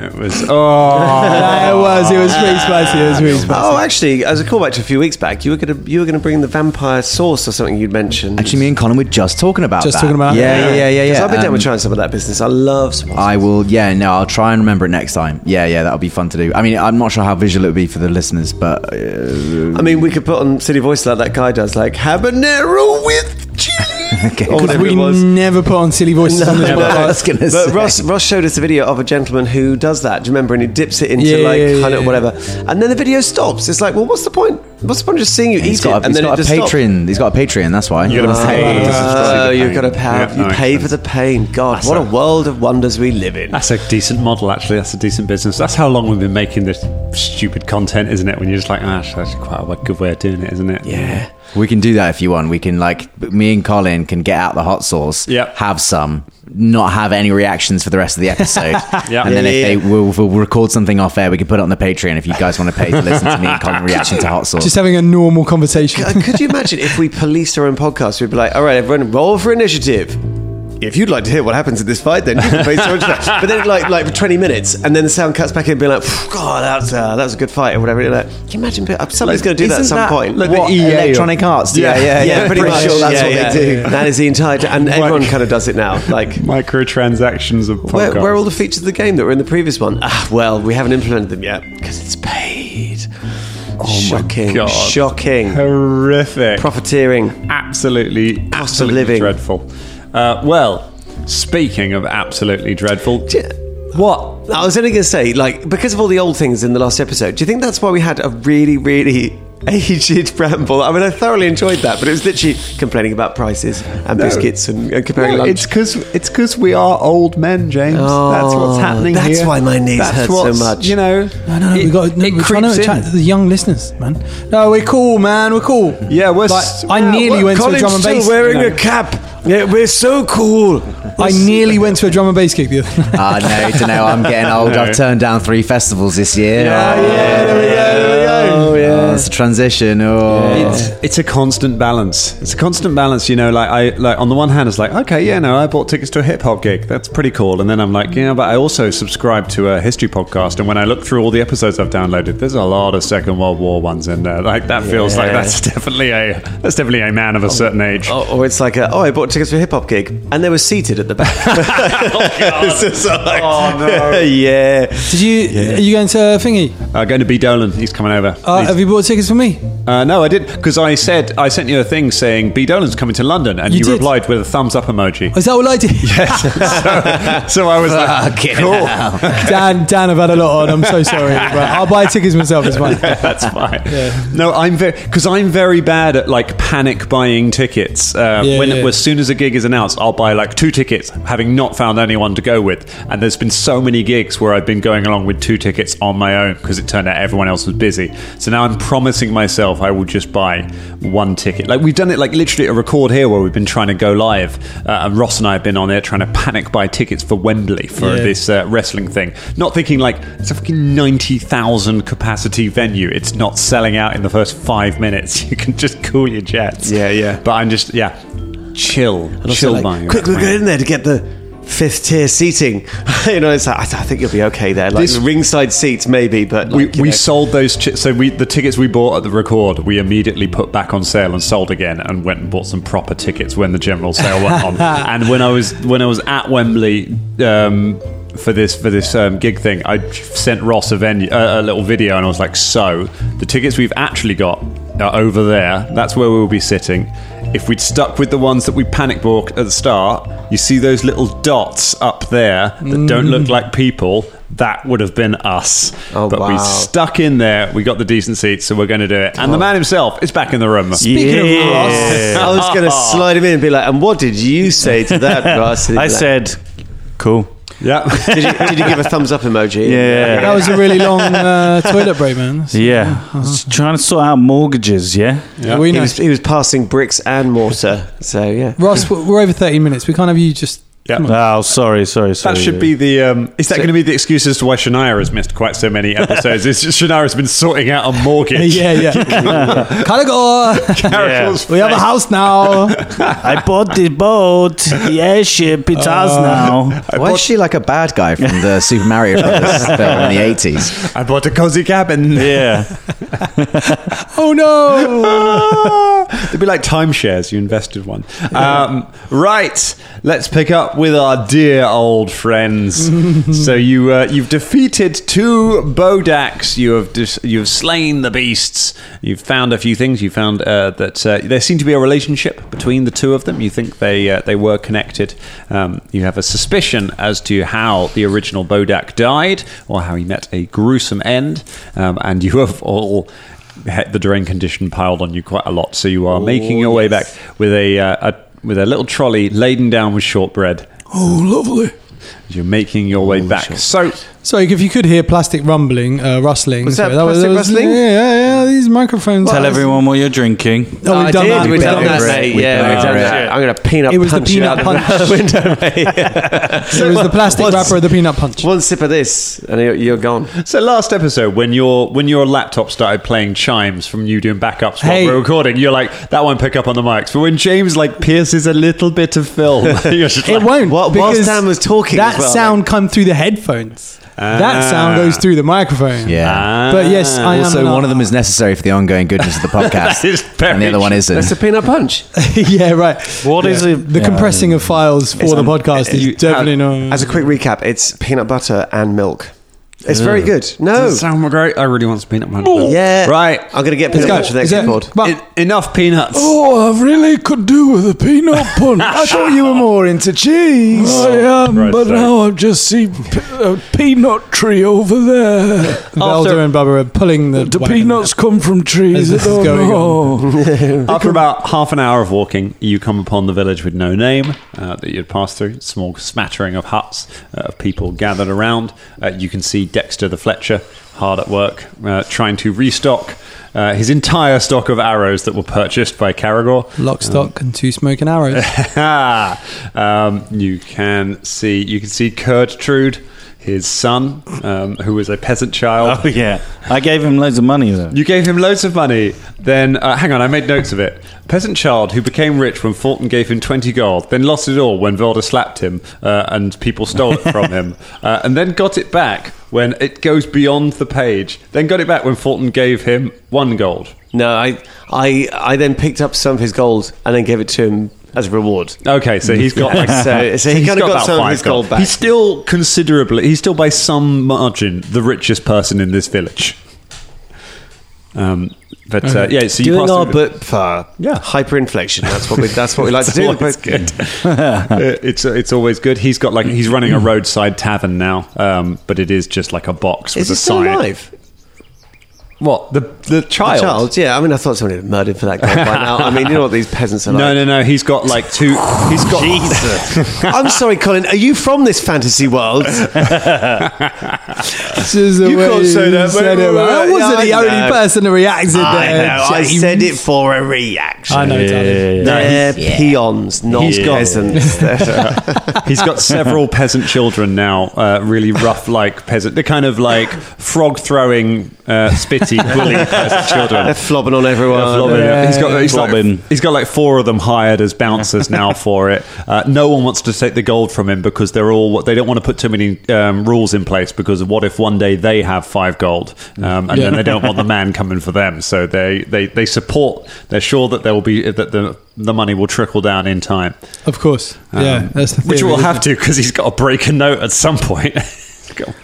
[SPEAKER 6] it was. Oh,
[SPEAKER 8] <laughs> Yeah, it was. It was really spicy. It was really spicy.
[SPEAKER 5] Oh, actually, as a callback to a few weeks back, you were gonna you were gonna bring the vampire sauce or something you'd mentioned.
[SPEAKER 9] Actually, me and Colin were just talking about
[SPEAKER 8] Just
[SPEAKER 9] that.
[SPEAKER 8] talking about
[SPEAKER 9] yeah,
[SPEAKER 8] that.
[SPEAKER 9] yeah, yeah, yeah. yeah.
[SPEAKER 5] So I've been down
[SPEAKER 9] Um,
[SPEAKER 5] with trying some of that business. I love some.
[SPEAKER 9] I will. Yeah, no, I'll try and remember it next time. Yeah, yeah, that'll be fun to do. I mean, I'm not sure how visual it would be for the listeners, but uh,
[SPEAKER 5] I mean, we could put on City Voice like that guy does, like habanero with
[SPEAKER 9] <laughs>
[SPEAKER 5] chili.
[SPEAKER 9] okay.
[SPEAKER 5] Or whatever
[SPEAKER 8] we
[SPEAKER 5] it was.
[SPEAKER 8] never put on silly voices on this
[SPEAKER 9] I
[SPEAKER 8] podcast.
[SPEAKER 9] was gonna say.
[SPEAKER 5] But Ross, Ross showed us a video of a gentleman who does that. Do you remember? And he dips it into
[SPEAKER 8] Yeah,
[SPEAKER 5] like
[SPEAKER 8] yeah, yeah,
[SPEAKER 5] honey or
[SPEAKER 8] yeah.
[SPEAKER 5] whatever, and then the video stops. It's like, well, what's the point? What's the point of just seeing you
[SPEAKER 9] He's
[SPEAKER 5] eat
[SPEAKER 9] got
[SPEAKER 5] it
[SPEAKER 9] a,
[SPEAKER 5] and
[SPEAKER 9] he's
[SPEAKER 5] then
[SPEAKER 9] got
[SPEAKER 5] it
[SPEAKER 9] a
[SPEAKER 5] just stops?
[SPEAKER 9] patron. He's got a Patreon. That's why.
[SPEAKER 6] You gotta pay to subscribe
[SPEAKER 5] Oh,
[SPEAKER 6] to the
[SPEAKER 5] you've got to
[SPEAKER 6] pain.
[SPEAKER 5] pay.
[SPEAKER 6] Yeah,
[SPEAKER 5] you
[SPEAKER 6] that
[SPEAKER 5] pay
[SPEAKER 6] makes
[SPEAKER 5] for the
[SPEAKER 6] sense.
[SPEAKER 5] pain. God, what a
[SPEAKER 6] right.
[SPEAKER 5] world of wonders we live in.
[SPEAKER 6] That's a decent model, actually. That's a decent business. That's how long we've been making this stupid content, isn't it? When you're just like, ah, that's quite a good way of doing it, isn't it?
[SPEAKER 5] Yeah.
[SPEAKER 9] We can do that if you want. We can like me and Colin can get out the hot sauce,
[SPEAKER 6] Yep.
[SPEAKER 9] have some, not have any reactions for the rest of the episode,
[SPEAKER 6] Yeah.
[SPEAKER 9] and then
[SPEAKER 6] Yeah,
[SPEAKER 9] if
[SPEAKER 6] yeah,
[SPEAKER 9] they we'll, we'll record something off air, we can put it on the Patreon if you guys want to pay to listen to me and Colin reaction to hot sauce.
[SPEAKER 8] <laughs> Just having a normal conversation.
[SPEAKER 5] Uh, Could you imagine if we policed our own podcast? We'd be like, all right, everyone, roll for initiative. If you'd like to hear what happens in this fight, then you can face so much of that. But then, like, like for 20 minutes, and then the sound cuts back in and be like, "Phew, God, that's, uh, that was a good fight, or whatever. You're like, can you imagine? but Somebody's going to do that E at some point.
[SPEAKER 9] Like
[SPEAKER 5] What?
[SPEAKER 9] the EA Electronic Arts. E Yeah, yeah, yeah.
[SPEAKER 5] pretty, much.
[SPEAKER 9] sure that's
[SPEAKER 5] Yeah,
[SPEAKER 9] what
[SPEAKER 5] yeah.
[SPEAKER 9] they do. Oh,
[SPEAKER 5] That is the entire.
[SPEAKER 9] <laughs>
[SPEAKER 5] And everyone kind of does it now. Like,
[SPEAKER 6] Microtransactions of podcasts.
[SPEAKER 5] where, where are all the features of the game that were in the previous one? Ah, well, we haven't implemented them yet because it's paid.
[SPEAKER 9] Oh
[SPEAKER 5] shocking.
[SPEAKER 6] God.
[SPEAKER 5] Shocking.
[SPEAKER 6] horrific,
[SPEAKER 5] Profiteering.
[SPEAKER 6] absolutely,
[SPEAKER 5] Cost of
[SPEAKER 6] absolutely
[SPEAKER 5] living.
[SPEAKER 6] dreadful. Uh, well, speaking of absolutely dreadful, what?
[SPEAKER 5] I was only going to say, like, because of all the old things in the last episode, do you think that's why we had a really, really <laughs> aged bramble? I mean, I thoroughly enjoyed that, but it was literally complaining about prices and biscuits and, and comparing lunch.
[SPEAKER 6] it's because it's because we are old men, James. that's what's happening.
[SPEAKER 5] Oh, that's
[SPEAKER 6] here.
[SPEAKER 5] why my knees
[SPEAKER 6] That's
[SPEAKER 5] hurt so
[SPEAKER 6] what's-
[SPEAKER 5] much.
[SPEAKER 6] You know,
[SPEAKER 8] No, no, no.
[SPEAKER 6] it,
[SPEAKER 8] we got. No,
[SPEAKER 6] it
[SPEAKER 8] we're trying
[SPEAKER 6] creeps
[SPEAKER 8] to
[SPEAKER 6] in.
[SPEAKER 8] chat to the young listeners, man. No, we're cool, man. We're cool.
[SPEAKER 6] Yeah, we're.
[SPEAKER 8] Like,
[SPEAKER 6] s-
[SPEAKER 8] I
[SPEAKER 6] yeah,
[SPEAKER 8] nearly
[SPEAKER 6] we're-
[SPEAKER 8] went to
[SPEAKER 5] Colin's
[SPEAKER 8] a drum and
[SPEAKER 5] still
[SPEAKER 8] bass.
[SPEAKER 5] wearing
[SPEAKER 8] you know.
[SPEAKER 5] a cap. Yeah, we're so cool.
[SPEAKER 8] I nearly went to a drum and bass gig the other <laughs> night.
[SPEAKER 9] Ah, no, to know I'm getting old.
[SPEAKER 6] No.
[SPEAKER 9] I've turned down three festivals this year.
[SPEAKER 6] Yeah,
[SPEAKER 9] Oh,
[SPEAKER 6] yeah, there we go, there we go.
[SPEAKER 5] Oh, yeah.
[SPEAKER 9] that's the transition. Oh,
[SPEAKER 6] It's, it's a constant balance. It's a constant balance, you know. Like I, like on the one hand, it's like, okay, yeah, no, I bought tickets to a hip hop gig. That's pretty cool. And then I'm like, yeah, but I also subscribe to a history podcast. And when I look through all the episodes I've downloaded, there's a lot of Second World War ones in there. Like that feels like that's definitely a that's definitely a man of a certain
[SPEAKER 8] Oh.
[SPEAKER 6] age. <laughs>
[SPEAKER 5] Or, or it's like, a, oh, I bought tickets for a hip hop gig, and they were seated at
[SPEAKER 6] <laughs>
[SPEAKER 5] the back. <laughs> It's just like,
[SPEAKER 6] Oh,
[SPEAKER 8] Oh,
[SPEAKER 6] no.
[SPEAKER 5] <laughs> yeah.
[SPEAKER 8] Did you? Are you going to thingy?
[SPEAKER 6] Uh, going to B Dolan. He's coming over.
[SPEAKER 8] Uh,
[SPEAKER 6] He's-
[SPEAKER 8] have you bought tickets for me?
[SPEAKER 6] Uh, no, I did because I said I sent you a thing saying B Dolan's coming to London, and
[SPEAKER 8] You
[SPEAKER 6] you,
[SPEAKER 8] did?
[SPEAKER 6] replied with a thumbs up emoji.
[SPEAKER 8] Is that all
[SPEAKER 5] <laughs>
[SPEAKER 8] I did?
[SPEAKER 6] <laughs> so I was like, cool.
[SPEAKER 8] <laughs> Dan, Dan, I've had a lot on. I'm
[SPEAKER 5] <laughs>
[SPEAKER 8] so sorry. But I'll buy tickets myself. It's fine.
[SPEAKER 6] Yeah, <laughs> that's fine. No, I'm very because I'm very bad at like panic buying tickets. Uh,
[SPEAKER 8] Yeah,
[SPEAKER 6] when
[SPEAKER 8] yeah.
[SPEAKER 6] as soon as a gig is announced, I'll buy like two tickets, having not found anyone to go with. And there's been so many gigs where I've been going along with two tickets on my own because it turned out everyone else was busy. So now I'm promising myself I will just buy one ticket. Like we've done it like literally at a record here where we've been trying to go live, uh, and Ross and I have been on there trying to panic buy tickets for Wembley for
[SPEAKER 8] Yeah.
[SPEAKER 6] this this uh, wrestling thing. Not thinking like it's a fucking ninety thousand capacity venue. It's not selling out in the first five minutes. <laughs> You can just cool your jets.
[SPEAKER 5] Yeah, yeah.
[SPEAKER 6] But I'm just yeah, chill,
[SPEAKER 5] So
[SPEAKER 6] chill.
[SPEAKER 5] like,
[SPEAKER 6] buying
[SPEAKER 5] quick,
[SPEAKER 6] right
[SPEAKER 5] we're
[SPEAKER 6] now.
[SPEAKER 5] in there to get the fifth tier seating. <laughs> you know, it's like, I, th- I think you'll be okay there. Like
[SPEAKER 6] This-
[SPEAKER 5] ringside seats, maybe, but
[SPEAKER 6] We,
[SPEAKER 5] like, you
[SPEAKER 6] we
[SPEAKER 5] know.
[SPEAKER 6] sold those chi- so we the tickets we bought at the record we immediately put back on sale and sold again and went and bought some proper tickets when the general sale went on
[SPEAKER 5] <laughs>
[SPEAKER 6] and when I was when I was at Wembley um, for this for this um, gig thing I sent Ross a venue uh, a little video and I was like so the tickets we've actually got are over there that's where we'll be sitting if we'd stuck with the ones that we panic bought at the start you see those little dots up there that don't
[SPEAKER 5] Mm.
[SPEAKER 6] look like people that would have been us
[SPEAKER 5] Oh,
[SPEAKER 6] but we
[SPEAKER 5] wow.
[SPEAKER 6] stuck in there. We got the decent seats, so we're going to do it. And the man himself is back in the room.
[SPEAKER 8] Speaking of
[SPEAKER 5] Yeah. I was
[SPEAKER 8] <laughs>
[SPEAKER 5] going to slide him in and be like, and what did you say to that, Ross? And he'd
[SPEAKER 4] I
[SPEAKER 5] be like,
[SPEAKER 4] said, cool.
[SPEAKER 6] Yeah. <laughs>
[SPEAKER 5] did you, did you give a thumbs up emoji?
[SPEAKER 4] Yeah.
[SPEAKER 8] That was a really long uh, toilet break, man.
[SPEAKER 4] Yeah. I was trying to sort out mortgages, yeah?
[SPEAKER 8] We
[SPEAKER 5] He
[SPEAKER 8] know.
[SPEAKER 5] was, he was passing bricks and mortar. So, yeah.
[SPEAKER 8] Ross, we're we're over 30 minutes. We can't have you just.
[SPEAKER 6] Yeah.
[SPEAKER 4] Oh, sorry, sorry, sorry.
[SPEAKER 6] That should be the. Um, is that going to be the excuse as to why Shania has missed quite so many episodes? it's just Shania's been sorting out a mortgage.
[SPEAKER 8] Yeah, yeah.
[SPEAKER 6] <laughs>
[SPEAKER 8] Gotta go.
[SPEAKER 6] Caracal's
[SPEAKER 8] We have a
[SPEAKER 6] face.
[SPEAKER 8] house now.
[SPEAKER 4] I bought the boat, the airship, it's ours now.
[SPEAKER 9] why is she like a bad guy from the Super Mario Brothers film in the eighties?
[SPEAKER 6] I bought a cozy cabin.
[SPEAKER 4] Yeah.
[SPEAKER 8] Oh no.
[SPEAKER 6] <laughs> They'd be like timeshares. You invested one. Um, right. Let's pick up with our dear old friends. so you uh, you've defeated two Bodaks. You have dis- you've slain the beasts. You've found a few things. You found uh, that uh, there seemed to be a relationship between the two of them. You think they uh, they were connected. Um, you have a suspicion as to how the original Bodak died, or how he met a gruesome end. Um, and you have all had the drain condition piled on you quite a lot. So you
[SPEAKER 8] Oh,
[SPEAKER 6] are making your way back with a, uh, a with a little trolley laden down with shortbread.
[SPEAKER 8] Oh, lovely. Oh,
[SPEAKER 6] You're making your way back. So
[SPEAKER 8] So, if you could hear plastic rumbling, uh, rustling.
[SPEAKER 5] Was that
[SPEAKER 8] sorry,
[SPEAKER 5] plastic rustling?
[SPEAKER 8] Yeah, yeah, yeah. These microphones.
[SPEAKER 4] Tell everyone what you're drinking.
[SPEAKER 8] Oh, we've done
[SPEAKER 5] did.
[SPEAKER 8] that.
[SPEAKER 5] We've
[SPEAKER 8] We've
[SPEAKER 5] done
[SPEAKER 8] done
[SPEAKER 5] that,
[SPEAKER 8] this.
[SPEAKER 5] mate.
[SPEAKER 9] We've
[SPEAKER 5] Yeah,
[SPEAKER 9] done
[SPEAKER 5] we've done
[SPEAKER 9] that.
[SPEAKER 5] that. I'm going to peanut
[SPEAKER 8] It was the
[SPEAKER 5] punch you
[SPEAKER 8] peanut
[SPEAKER 5] out the
[SPEAKER 8] punch.
[SPEAKER 5] window, mate.
[SPEAKER 8] It was the plastic
[SPEAKER 5] What's-
[SPEAKER 8] wrapper of the peanut
[SPEAKER 5] <laughs>
[SPEAKER 8] punch.
[SPEAKER 5] One sip of this, and you're, you're
[SPEAKER 8] <laughs>
[SPEAKER 5] gone.
[SPEAKER 6] so last episode when your when your laptop started playing chimes from you doing backups while
[SPEAKER 8] Hey.
[SPEAKER 6] we're recording, you're like that won't pick up on the mics. But when James like pierces a little bit of film, <laughs> you're just
[SPEAKER 8] It
[SPEAKER 6] like,
[SPEAKER 8] won't.
[SPEAKER 5] While- whilst
[SPEAKER 8] because
[SPEAKER 5] Dan was talking
[SPEAKER 8] that
[SPEAKER 5] as well,
[SPEAKER 8] sound come through the headphones.
[SPEAKER 3] Ah.
[SPEAKER 8] that sound goes through the microphone.
[SPEAKER 9] Yeah.
[SPEAKER 8] But yes, I am.
[SPEAKER 9] also,
[SPEAKER 8] an
[SPEAKER 9] one of them is necessary for the ongoing goodness of the podcast,
[SPEAKER 6] is very
[SPEAKER 9] and the other one
[SPEAKER 6] true.
[SPEAKER 9] isn't.
[SPEAKER 5] That's a peanut punch.
[SPEAKER 8] <laughs> yeah, right.
[SPEAKER 4] What is it?
[SPEAKER 8] The compressing
[SPEAKER 5] um,
[SPEAKER 8] of files for the
[SPEAKER 5] un-
[SPEAKER 8] podcast is
[SPEAKER 5] you-
[SPEAKER 8] definitely not.
[SPEAKER 5] As a quick recap, it's peanut butter and milk. It's very good. No.
[SPEAKER 6] sound great. I really want some peanut punch.
[SPEAKER 5] Yeah.
[SPEAKER 6] Right.
[SPEAKER 5] I'm going to get peanut punch for the
[SPEAKER 8] Is
[SPEAKER 5] next
[SPEAKER 8] that-
[SPEAKER 5] pod.
[SPEAKER 8] but-
[SPEAKER 6] En- enough peanuts.
[SPEAKER 3] Oh, I really could do with a
[SPEAKER 8] <laughs>
[SPEAKER 3] peanut punch. I thought you were more into cheese. I am,
[SPEAKER 6] Right,
[SPEAKER 3] but
[SPEAKER 6] sorry.
[SPEAKER 3] now I just see p- a peanut tree over there.
[SPEAKER 8] Velder and Bubba are pulling the,
[SPEAKER 3] The
[SPEAKER 8] wagon.
[SPEAKER 3] peanuts come from trees.
[SPEAKER 8] This
[SPEAKER 3] I don't
[SPEAKER 8] is going
[SPEAKER 3] know.
[SPEAKER 6] After about half an hour of walking, you come upon the village with no name uh, that you'd passed through. Small smattering of huts uh, of people gathered around. Uh, you can see Dexter the Fletcher hard at work uh, trying to restock uh, his entire stock of arrows that were purchased by Caragor.
[SPEAKER 8] Lock, stock, and two smoking arrows.
[SPEAKER 6] um, you can see you can see Kurtrude. his son, um, who was a peasant child.
[SPEAKER 4] <laughs> Oh yeah, I gave him loads of money though.
[SPEAKER 6] You gave him loads of money. Then, uh, hang on, I made notes of it. Peasant child who became rich when Fulton gave him 20 gold, then lost it all when Velda slapped him uh, and people stole it from
[SPEAKER 5] <laughs>
[SPEAKER 6] him, uh, and then got it back when it goes beyond the page, then got it back when Fulton gave him one gold.
[SPEAKER 5] No, I, I, I then picked up some of his gold and then gave it to him as a reward.
[SPEAKER 6] Okay, so he's got like,
[SPEAKER 5] So- <laughs> so he
[SPEAKER 6] <laughs> he's
[SPEAKER 5] kinda got
[SPEAKER 6] about
[SPEAKER 5] some of
[SPEAKER 6] five
[SPEAKER 5] his gold back.
[SPEAKER 6] He's still considerably, he's still by some margin the richest person in this village. Um, but uh, yeah, so you
[SPEAKER 5] Doing
[SPEAKER 6] passed
[SPEAKER 5] our
[SPEAKER 6] through-
[SPEAKER 5] bit for
[SPEAKER 6] Yeah.
[SPEAKER 5] hyperinflation. That's what we. That's
[SPEAKER 6] <laughs>
[SPEAKER 5] what we like to do.
[SPEAKER 6] It's always good. Uh, it's it's always good. He's got like he's running a roadside tavern now, um, but it is just like a box
[SPEAKER 5] Is
[SPEAKER 6] with
[SPEAKER 5] he
[SPEAKER 6] a
[SPEAKER 5] still
[SPEAKER 6] sign.
[SPEAKER 5] alive?
[SPEAKER 6] What the the child?
[SPEAKER 5] Child, yeah. I mean, I thought somebody had murdered for that guy by now. I mean, you know what these peasants are
[SPEAKER 6] <laughs>
[SPEAKER 5] like.
[SPEAKER 6] No, no, no. He's got like two. He's <laughs> got Jesus.
[SPEAKER 5] I'm sorry, Colin. Are you from this
[SPEAKER 6] <laughs>
[SPEAKER 5] fantasy world?
[SPEAKER 8] This is the
[SPEAKER 5] You
[SPEAKER 8] way
[SPEAKER 5] can't say that,
[SPEAKER 8] said
[SPEAKER 5] mate.
[SPEAKER 8] it, man. I
[SPEAKER 5] Yeah,
[SPEAKER 8] wasn't
[SPEAKER 5] I
[SPEAKER 8] the only
[SPEAKER 5] know.
[SPEAKER 8] person who reacted there. James.
[SPEAKER 5] for a reaction.
[SPEAKER 8] I know, darling.
[SPEAKER 5] They're peons, not
[SPEAKER 6] He's got-
[SPEAKER 5] peasants.
[SPEAKER 6] <laughs> he's got several
[SPEAKER 5] <laughs>
[SPEAKER 6] peasant children now. Uh, really rough, like peasant. They're kind of like frog throwing, uh, spitty,
[SPEAKER 5] <laughs>
[SPEAKER 6] bully peasant children.
[SPEAKER 5] They're flobbing on everyone.
[SPEAKER 6] Flobbing. He's got he's
[SPEAKER 4] Flobbing.
[SPEAKER 6] like, he's got like four of them hired as bouncers now for it. Uh, no one wants to take the gold from him because they're all they don't want to put too many um, rules in place because what if one day they have five gold um, and then they don't want the man coming for them. So they, they, they support. They're sure that there will be that the the money will trickle down in time,
[SPEAKER 8] Of course. yeah, that's the
[SPEAKER 6] which
[SPEAKER 8] theory,
[SPEAKER 6] will
[SPEAKER 8] isn't
[SPEAKER 6] have
[SPEAKER 8] it?
[SPEAKER 6] to because he's got to break a note at some point. <laughs> God.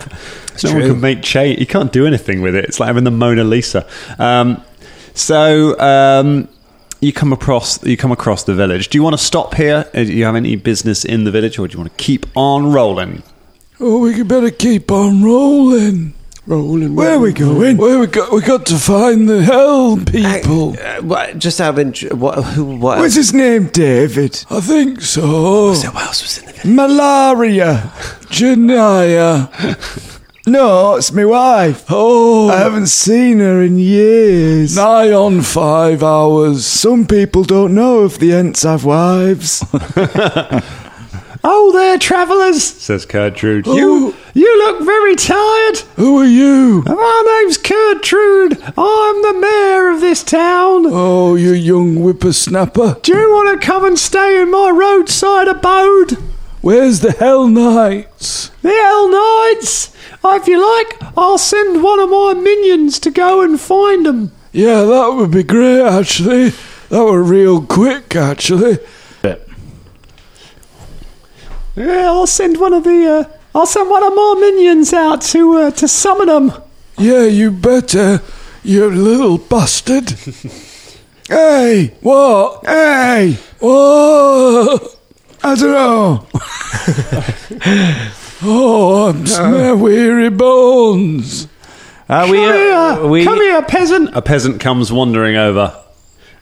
[SPEAKER 6] No one can make change. He can't do anything with it. It's like having the Mona Lisa. Um, so um, you come across you come across the village. Do you want to stop here? Uh, Do you have any business in the village, or do you want to keep on rolling?
[SPEAKER 7] Oh, we could better keep on rolling. Rolling. Where we going? Where we got? We got to find the hell people.
[SPEAKER 5] Uh, what, just out of interest, what, who, what
[SPEAKER 3] What's his name, David?
[SPEAKER 7] I think so.
[SPEAKER 5] what else was in the village?
[SPEAKER 3] Malaria.
[SPEAKER 7] Janaya.
[SPEAKER 3] <laughs> No, it's my wife.
[SPEAKER 7] Oh,
[SPEAKER 3] I haven't seen her in years.
[SPEAKER 7] nigh on five hours.
[SPEAKER 3] Some people don't know if the Ents have
[SPEAKER 7] <laughs>
[SPEAKER 3] wives.
[SPEAKER 6] Oh, there, travellers," says Gertrude. "You you look very tired.
[SPEAKER 7] Who are you?
[SPEAKER 6] My name's Gertrude. I'm the mayor of this town.
[SPEAKER 7] Oh, you young whippersnapper.
[SPEAKER 6] Do you want to come and stay in my roadside abode?"
[SPEAKER 7] Where's the Hell Knights?
[SPEAKER 6] The Hell Knights! If you like, I'll send one of my minions to go and find them.
[SPEAKER 7] Yeah, that would be great, actually. That were real quick, actually.
[SPEAKER 6] Yeah, I'll send one of the. Uh, I'll send one of my minions out to uh, to summon them.
[SPEAKER 7] Yeah, you better, you little <laughs> bastard. hey! What? Oh! Hey! What? I don't know. <laughs> oh, <laughs> I'm sma- weary bones.
[SPEAKER 4] Are we? uh, we
[SPEAKER 6] here, peasant. A peasant comes wandering over.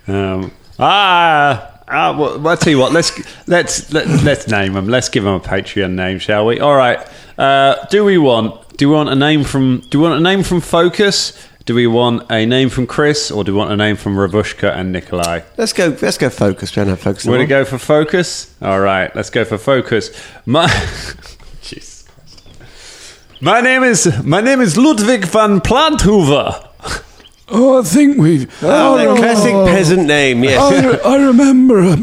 [SPEAKER 6] Um, ah. Ah, well, well, I tell you what. Let's let's let, let's name them. Let's give them a Patreon name, shall we? All right. Uh, do we want? Do we want a name from? Do we want a name from Focus? Do we want a name from Chris, or do we want a name from Ravushka and Nikolai?
[SPEAKER 5] Let's go. Let's go. Focus. We don't have focus.
[SPEAKER 6] We're
[SPEAKER 5] anymore.
[SPEAKER 6] gonna go for focus. All right, let's go for focus. My, <laughs> Jesus Christ. My name is my name is Ludwig van Planthoever.
[SPEAKER 7] Oh, I think we've.
[SPEAKER 5] Oh,
[SPEAKER 7] I,
[SPEAKER 5] the
[SPEAKER 7] re-
[SPEAKER 5] classic peasant name. Yes.
[SPEAKER 7] I, re- I remember a,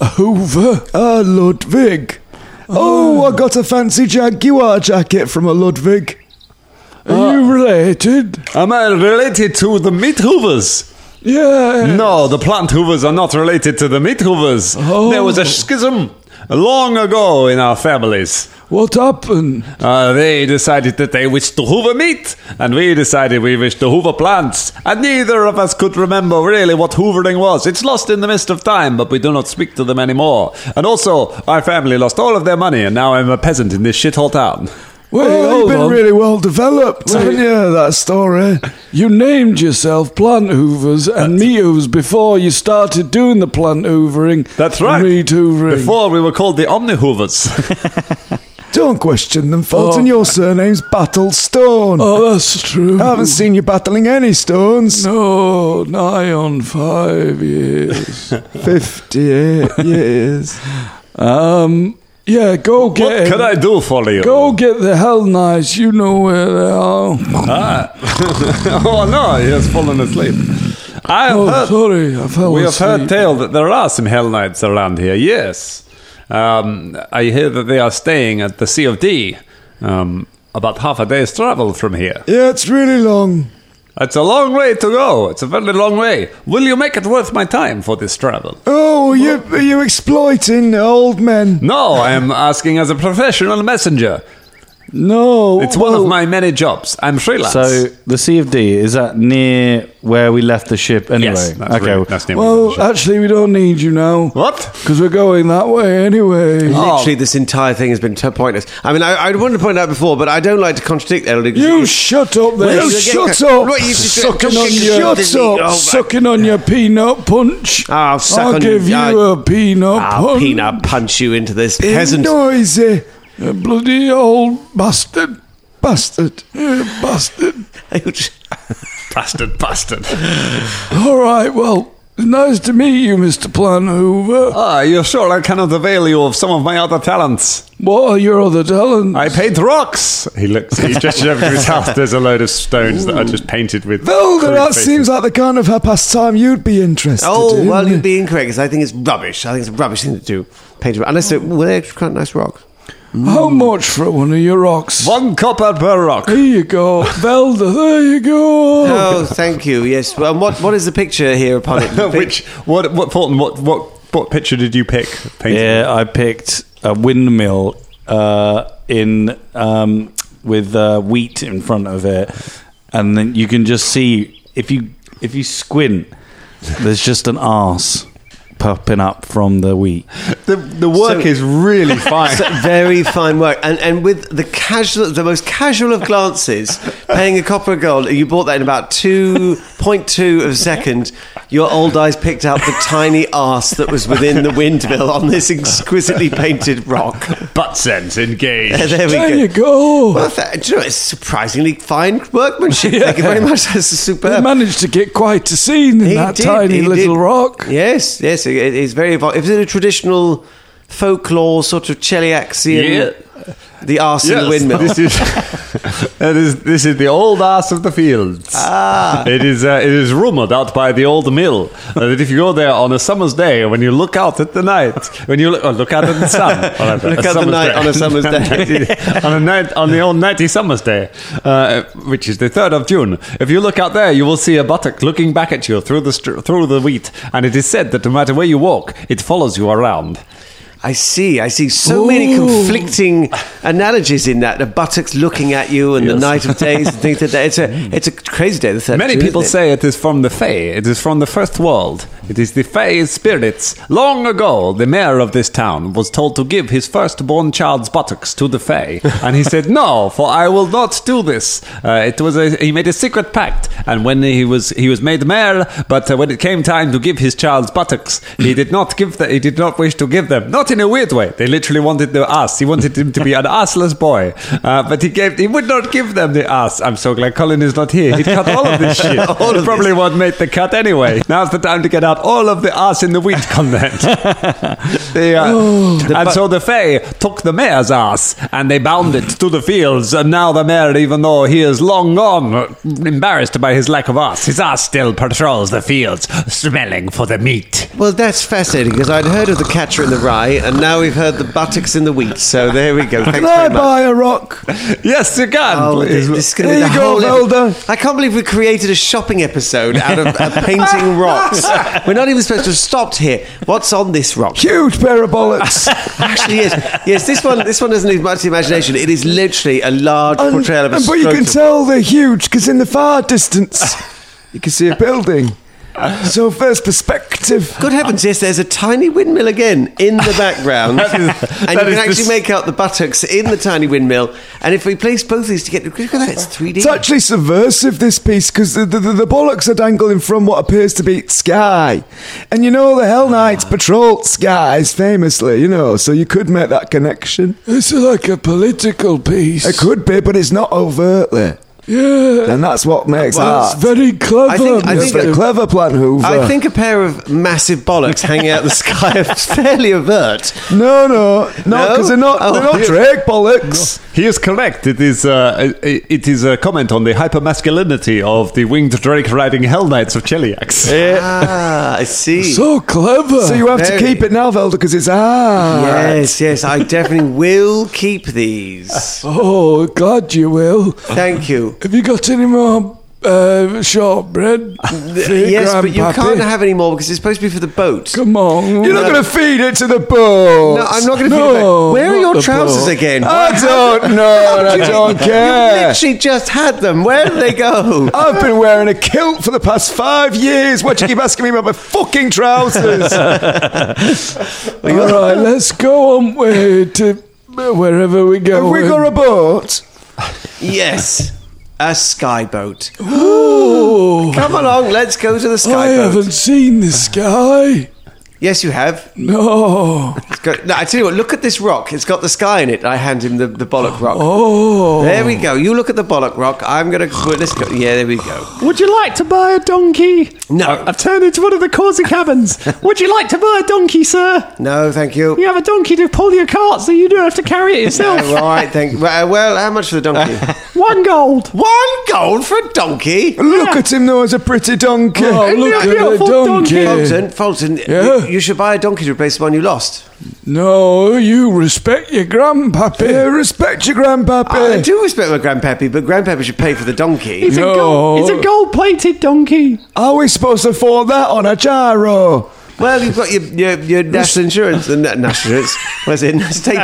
[SPEAKER 7] a Hoover.
[SPEAKER 3] Ah, Ludwig. Oh, I got a fancy Jaguar jacket from a Ludwig.
[SPEAKER 7] Are you related?
[SPEAKER 6] Am I related to the Meathoovers?
[SPEAKER 7] Yeah.
[SPEAKER 6] No, the Planthoovers are not related to the Meathoovers.
[SPEAKER 7] Oh.
[SPEAKER 6] There was a schism long ago in our families.
[SPEAKER 7] What happened?
[SPEAKER 6] Uh, they decided that they wished to hoover meat, and we decided we wished to hoover plants. And neither of us could remember really what hoovering was. It's lost in the mist of time, but we do not speak to them anymore. And also, our family lost all of their money, and now I'm a peasant in this shithole town.
[SPEAKER 7] Wait,
[SPEAKER 3] Oh, you've
[SPEAKER 7] hold
[SPEAKER 3] been
[SPEAKER 7] on.
[SPEAKER 3] really well developed,
[SPEAKER 7] Wait.
[SPEAKER 3] haven't you? That story.
[SPEAKER 7] You named yourself Plant Hoovers and Me Hoovers before you started doing the plant hoovering.
[SPEAKER 6] That's right.
[SPEAKER 7] Me hoovering.
[SPEAKER 6] Before we were called the Omnihoovers.
[SPEAKER 3] Don't question them, Fulton.
[SPEAKER 7] Oh.
[SPEAKER 3] Your surname's Battlestone.
[SPEAKER 7] Oh, that's true.
[SPEAKER 3] I haven't seen you battling any stones.
[SPEAKER 7] No, nigh
[SPEAKER 3] <laughs>
[SPEAKER 7] on five years. <laughs>
[SPEAKER 3] 58 years.
[SPEAKER 7] Um, Yeah, go
[SPEAKER 6] <laughs>
[SPEAKER 7] get
[SPEAKER 6] What
[SPEAKER 7] it.
[SPEAKER 6] can I do for you?
[SPEAKER 7] Go get the Hell Knights. You know where they are.
[SPEAKER 6] Ah. <laughs> oh no, he has fallen asleep. I have
[SPEAKER 7] Oh,
[SPEAKER 6] heard,
[SPEAKER 7] sorry, I fell
[SPEAKER 6] we have heard
[SPEAKER 7] asleep.
[SPEAKER 6] tale that there are some Hell Knights around here. Yes, um, I hear that they are staying at the Sea of D, um, about half a day's travel from here.
[SPEAKER 7] Yeah, it's really long.
[SPEAKER 6] It's a long way to go. It's a very long way. Will you make it worth my time for this travel?
[SPEAKER 3] Oh, you you exploiting old men?
[SPEAKER 6] No, I am asking as a professional messenger.
[SPEAKER 7] No.
[SPEAKER 6] It's one of my many jobs. I'm freelance.
[SPEAKER 4] So the Sea of D is that near where we left the ship anyway?
[SPEAKER 6] yes, that's
[SPEAKER 4] okay.
[SPEAKER 6] really- that's near
[SPEAKER 7] Well,
[SPEAKER 6] what-
[SPEAKER 7] actually, we don't need you now.
[SPEAKER 6] what?
[SPEAKER 7] Because we're going that way anyway.
[SPEAKER 5] Literally, this entire thing has been t- pointless. I mean, I, I wanted to point out before, but I don't like to contradict Elodie. 'cause
[SPEAKER 7] You shut up there.
[SPEAKER 5] Well,
[SPEAKER 7] you
[SPEAKER 5] you
[SPEAKER 7] shut
[SPEAKER 5] get-
[SPEAKER 7] up.
[SPEAKER 5] Right, you just-
[SPEAKER 7] sucking
[SPEAKER 5] just
[SPEAKER 7] on
[SPEAKER 5] get
[SPEAKER 7] your,
[SPEAKER 5] shut
[SPEAKER 7] shut
[SPEAKER 5] the-
[SPEAKER 7] up.
[SPEAKER 5] oh, Ah,
[SPEAKER 7] Sucking on your peanut punch.
[SPEAKER 5] I'll suck
[SPEAKER 7] I'll
[SPEAKER 5] on
[SPEAKER 7] give
[SPEAKER 5] your-
[SPEAKER 7] you
[SPEAKER 5] I-
[SPEAKER 7] a peanut
[SPEAKER 5] I'll
[SPEAKER 7] punch.
[SPEAKER 5] peanut punch you into this
[SPEAKER 7] You
[SPEAKER 5] peasant.
[SPEAKER 7] Noisy. You bloody old bastard. Bastard. You bastard.
[SPEAKER 6] Bastard, bastard.
[SPEAKER 7] All right, well, nice to meet you, Mr. Plan Hoover.
[SPEAKER 6] Ah, you're sure I cannot avail you of some of my other talents?
[SPEAKER 7] What are your other talents?
[SPEAKER 6] I paint rocks. He looks. He gestures over to his house. There's a load of stones that are just painted with.
[SPEAKER 3] Velda,
[SPEAKER 6] crude
[SPEAKER 3] that
[SPEAKER 6] faces.
[SPEAKER 3] seems like the kind of her pastime you'd be interested
[SPEAKER 5] Oh,
[SPEAKER 3] in.
[SPEAKER 5] well, you'd be incorrect because I think it's rubbish. I think it's a rubbish thing to do. Paint a Unless it, well, they're quite nice rocks. hmm.
[SPEAKER 7] How much for one of your rocks?
[SPEAKER 6] one copper per rock.
[SPEAKER 7] There
[SPEAKER 5] <laughs>
[SPEAKER 7] you go. Velda, there you go.
[SPEAKER 5] Oh, thank you. Yes. Well, and what, what is the picture here upon it? The pic-
[SPEAKER 6] <laughs> <laughs> Which what what Fulton? What what what picture did you pick? Painting?
[SPEAKER 4] Yeah, I picked a windmill uh, in um, with uh, wheat in front of it, and then you can just see if you if you squint, there's just an arse popping up from the wheat.
[SPEAKER 6] The the work
[SPEAKER 5] So-
[SPEAKER 6] is
[SPEAKER 5] <laughs>
[SPEAKER 6] really fine.
[SPEAKER 5] So, very fine work, and and with the casual, the most casual of glances, paying a copper of gold, you bought that in about two point two of a second. Your old eyes picked out the tiny arse that was within the windmill on this exquisitely painted
[SPEAKER 7] <laughs>
[SPEAKER 5] rock.
[SPEAKER 6] Butt sense engaged.
[SPEAKER 5] There we
[SPEAKER 7] There
[SPEAKER 5] go.
[SPEAKER 7] you go.
[SPEAKER 5] Well, that, do you know, it's surprisingly fine workmanship. Thank you very much. That's
[SPEAKER 7] They
[SPEAKER 5] superb.
[SPEAKER 7] managed to get quite a scene in
[SPEAKER 5] He
[SPEAKER 7] that
[SPEAKER 5] did,
[SPEAKER 7] tiny
[SPEAKER 5] he
[SPEAKER 7] little
[SPEAKER 5] did.
[SPEAKER 7] rock.
[SPEAKER 5] Yes, yes, it, it's very. evo- If it's a traditional folklore sort of Cheliaxian, the arse in the
[SPEAKER 6] Yes,
[SPEAKER 5] windmill.
[SPEAKER 6] This is, that is <laughs> this is the old ass of the fields. Ah. It is uh, it is rumored out by the old mill that if you go there on a summer's day, when you look out at the night, when you look, oh, look out at the sun, whatever,
[SPEAKER 5] <laughs> Look
[SPEAKER 6] a
[SPEAKER 5] out the
[SPEAKER 6] summer's
[SPEAKER 5] night on
[SPEAKER 6] <laughs>
[SPEAKER 5] a summer's day.
[SPEAKER 6] on a night on the old nighty summer's day, uh, which is the third of June. If you look out there, you will see a buttock looking back at you through the str- through the wheat, and it is said that no matter where you walk, it follows you around.
[SPEAKER 5] I see. I see so many conflicting analogies in that. The buttocks looking at you and the night of days and things like that.
[SPEAKER 6] <laughs>
[SPEAKER 5] It's a, it's a crazy day. The third
[SPEAKER 6] Mm. Many
[SPEAKER 5] June,
[SPEAKER 6] people
[SPEAKER 5] isn't it?
[SPEAKER 6] say it is from the Fae. It is from the First World. It is the Fae spirits. Long ago, the mayor of this town was told to give his firstborn child's buttocks to the Fae, and he said, "No, for I will not do this." Uh, it was a, he made a secret pact, and when he was he was made mayor, but uh, when it came time to give his child's buttocks, he did not give the, he did not wish to give them. Not in a weird way. They literally wanted the ass. He wanted him to be an assless boy, uh, but he gave he would not give them the ass. I'm so glad Colin is not here. He cut all of this shit. <laughs> all of probably won't make the cut anyway. Now's the time to get out all of the ass in the wheat <laughs> content. They, uh, and so the Fae took the mayor's ass and they bound it to the fields. And now the mayor, even though he is long gone, uh, embarrassed by his lack of ass, his ass still patrols the fields, smelling for the meat.
[SPEAKER 5] Well, that's fascinating because I'd heard of the catcher in the rye, and now we've heard the buttocks in the wheat. So there we go. Thanks
[SPEAKER 3] Can I
[SPEAKER 5] very much.
[SPEAKER 3] buy a
[SPEAKER 5] <laughs>
[SPEAKER 3] rock?
[SPEAKER 6] Yes, you can.
[SPEAKER 5] Oh,
[SPEAKER 6] please.
[SPEAKER 5] this, this is going to be
[SPEAKER 3] There
[SPEAKER 5] the
[SPEAKER 3] you go,
[SPEAKER 5] whole
[SPEAKER 3] Velda.
[SPEAKER 5] epi- I can't believe we created a shopping episode out of
[SPEAKER 3] <laughs>
[SPEAKER 5] uh, painting rocks. We're not even supposed to have stopped here. What's on this
[SPEAKER 3] <laughs>
[SPEAKER 5] rock?
[SPEAKER 3] Huge pair of
[SPEAKER 5] <laughs>
[SPEAKER 3] bollocks.
[SPEAKER 5] Actually, yes, yes. This one, this one doesn't need much imagination. It is literally a large
[SPEAKER 3] And-
[SPEAKER 5] portrayal of a
[SPEAKER 3] and- but you can
[SPEAKER 5] scrotum.
[SPEAKER 3] tell they're huge because in the far
[SPEAKER 5] <laughs>
[SPEAKER 3] distance, you can see a building. So first perspective.
[SPEAKER 5] Good heavens, yes, there's a tiny windmill again in the
[SPEAKER 3] <laughs>
[SPEAKER 5] background.
[SPEAKER 6] That is- that
[SPEAKER 5] and you
[SPEAKER 6] is
[SPEAKER 5] can
[SPEAKER 6] the
[SPEAKER 5] actually
[SPEAKER 6] s-
[SPEAKER 5] make out the buttocks in the tiny windmill. And if we place both these together, look at that, it's 3D.
[SPEAKER 3] It's actually subversive this piece because the, the, the bollocks are dangling from what appears to be sky, and you know the Hell Knights
[SPEAKER 7] Ah.
[SPEAKER 3] patrol skies famously. You know, so you could make that connection.
[SPEAKER 7] It's like a political piece.
[SPEAKER 3] It could be, but it's not overtly.
[SPEAKER 7] Yeah.
[SPEAKER 3] And that's what makes
[SPEAKER 7] That's
[SPEAKER 3] art.
[SPEAKER 7] very clever.
[SPEAKER 5] I think- I
[SPEAKER 3] It's
[SPEAKER 7] Mr.
[SPEAKER 5] think-
[SPEAKER 3] a clever plan, Hoover.
[SPEAKER 5] I think a pair of massive bollocks hanging out the sky are <laughs> fairly avert.
[SPEAKER 3] no, no, no,
[SPEAKER 5] No?
[SPEAKER 3] because they're not.
[SPEAKER 5] Oh.
[SPEAKER 3] They're not Drake bollocks.
[SPEAKER 6] He is correct. It is uh, it it is a comment on the hypermasculinity of the winged drake riding hell knights
[SPEAKER 3] <laughs>
[SPEAKER 6] of Cheliax.
[SPEAKER 3] Eh,
[SPEAKER 5] Ah, I see.
[SPEAKER 7] so clever.
[SPEAKER 3] So you have to
[SPEAKER 5] Very-
[SPEAKER 3] keep it now, Velda, because it's art.
[SPEAKER 5] yes, yes,
[SPEAKER 6] <laughs>
[SPEAKER 5] I definitely will keep these.
[SPEAKER 7] oh, glad you will.
[SPEAKER 5] Thank you.
[SPEAKER 7] Have you got any more
[SPEAKER 3] <laughs>
[SPEAKER 7] uh, shortbread?
[SPEAKER 5] Yes, but you can't have any more because it's supposed to be for the boat.
[SPEAKER 7] Come on.
[SPEAKER 3] You're not going to feed it to the bull.
[SPEAKER 5] No, I'm not going to
[SPEAKER 7] No,
[SPEAKER 5] feel that. Where are
[SPEAKER 7] not
[SPEAKER 5] your
[SPEAKER 7] the
[SPEAKER 5] trousers
[SPEAKER 7] boat.
[SPEAKER 5] again?
[SPEAKER 3] I don't know. and I don't
[SPEAKER 5] You <laughs>
[SPEAKER 3] care.
[SPEAKER 5] literally just had them. Where did they
[SPEAKER 6] <laughs>
[SPEAKER 5] go?
[SPEAKER 3] I've been wearing a kilt for the past five years. Why do you keep asking me about my fucking trousers? <laughs>
[SPEAKER 7] <laughs> All right, let's go on way to wherever we
[SPEAKER 3] Have
[SPEAKER 7] go.
[SPEAKER 3] we got a boat?
[SPEAKER 5] Yes, a sky boat.
[SPEAKER 6] <gasps>
[SPEAKER 5] Come along, let's go to the
[SPEAKER 7] I
[SPEAKER 5] sky boat.
[SPEAKER 7] haven't seen the sky.
[SPEAKER 5] Yes, you have.
[SPEAKER 7] No.
[SPEAKER 5] It's got- no, I tell you what, look at this rock. It's got the sky in it. I hand him the, the bollock rock.
[SPEAKER 7] Oh.
[SPEAKER 5] There we go. You look at the bollock rock. I'm going to. Let's go. Yeah, there we go.
[SPEAKER 6] Would you like to buy a donkey?
[SPEAKER 5] No.
[SPEAKER 6] I've turned into one of the Corsi cabins. Would you like to buy a donkey, sir?
[SPEAKER 5] No, thank you.
[SPEAKER 6] You have a donkey to pull your cart, so you don't have to carry it
[SPEAKER 5] Oh,
[SPEAKER 6] yourself.
[SPEAKER 5] <laughs> all right, thank you. Well, uh, well, how much for the donkey?
[SPEAKER 6] One gold.
[SPEAKER 8] <laughs>
[SPEAKER 5] One gold for a donkey?
[SPEAKER 3] Look at him though, as a pretty donkey.
[SPEAKER 7] Oh, look
[SPEAKER 6] that
[SPEAKER 7] at the
[SPEAKER 6] beautiful donkey?
[SPEAKER 7] donkey.
[SPEAKER 5] Fulton, Fulton,
[SPEAKER 7] Yeah?
[SPEAKER 5] you, you should buy a donkey to replace the one you lost.
[SPEAKER 7] No, you respect your grandpappy.
[SPEAKER 3] Yeah, respect your grandpappy.
[SPEAKER 5] I do respect my grandpappy, but grandpappy should pay for the donkey.
[SPEAKER 6] It's a
[SPEAKER 7] No.
[SPEAKER 8] Oh.
[SPEAKER 6] gold. It's a gold-plated donkey.
[SPEAKER 3] Are we supposed to afford that on a gyro?
[SPEAKER 5] well, you've got your, your, your national insurance. And national insurance. Where's it? State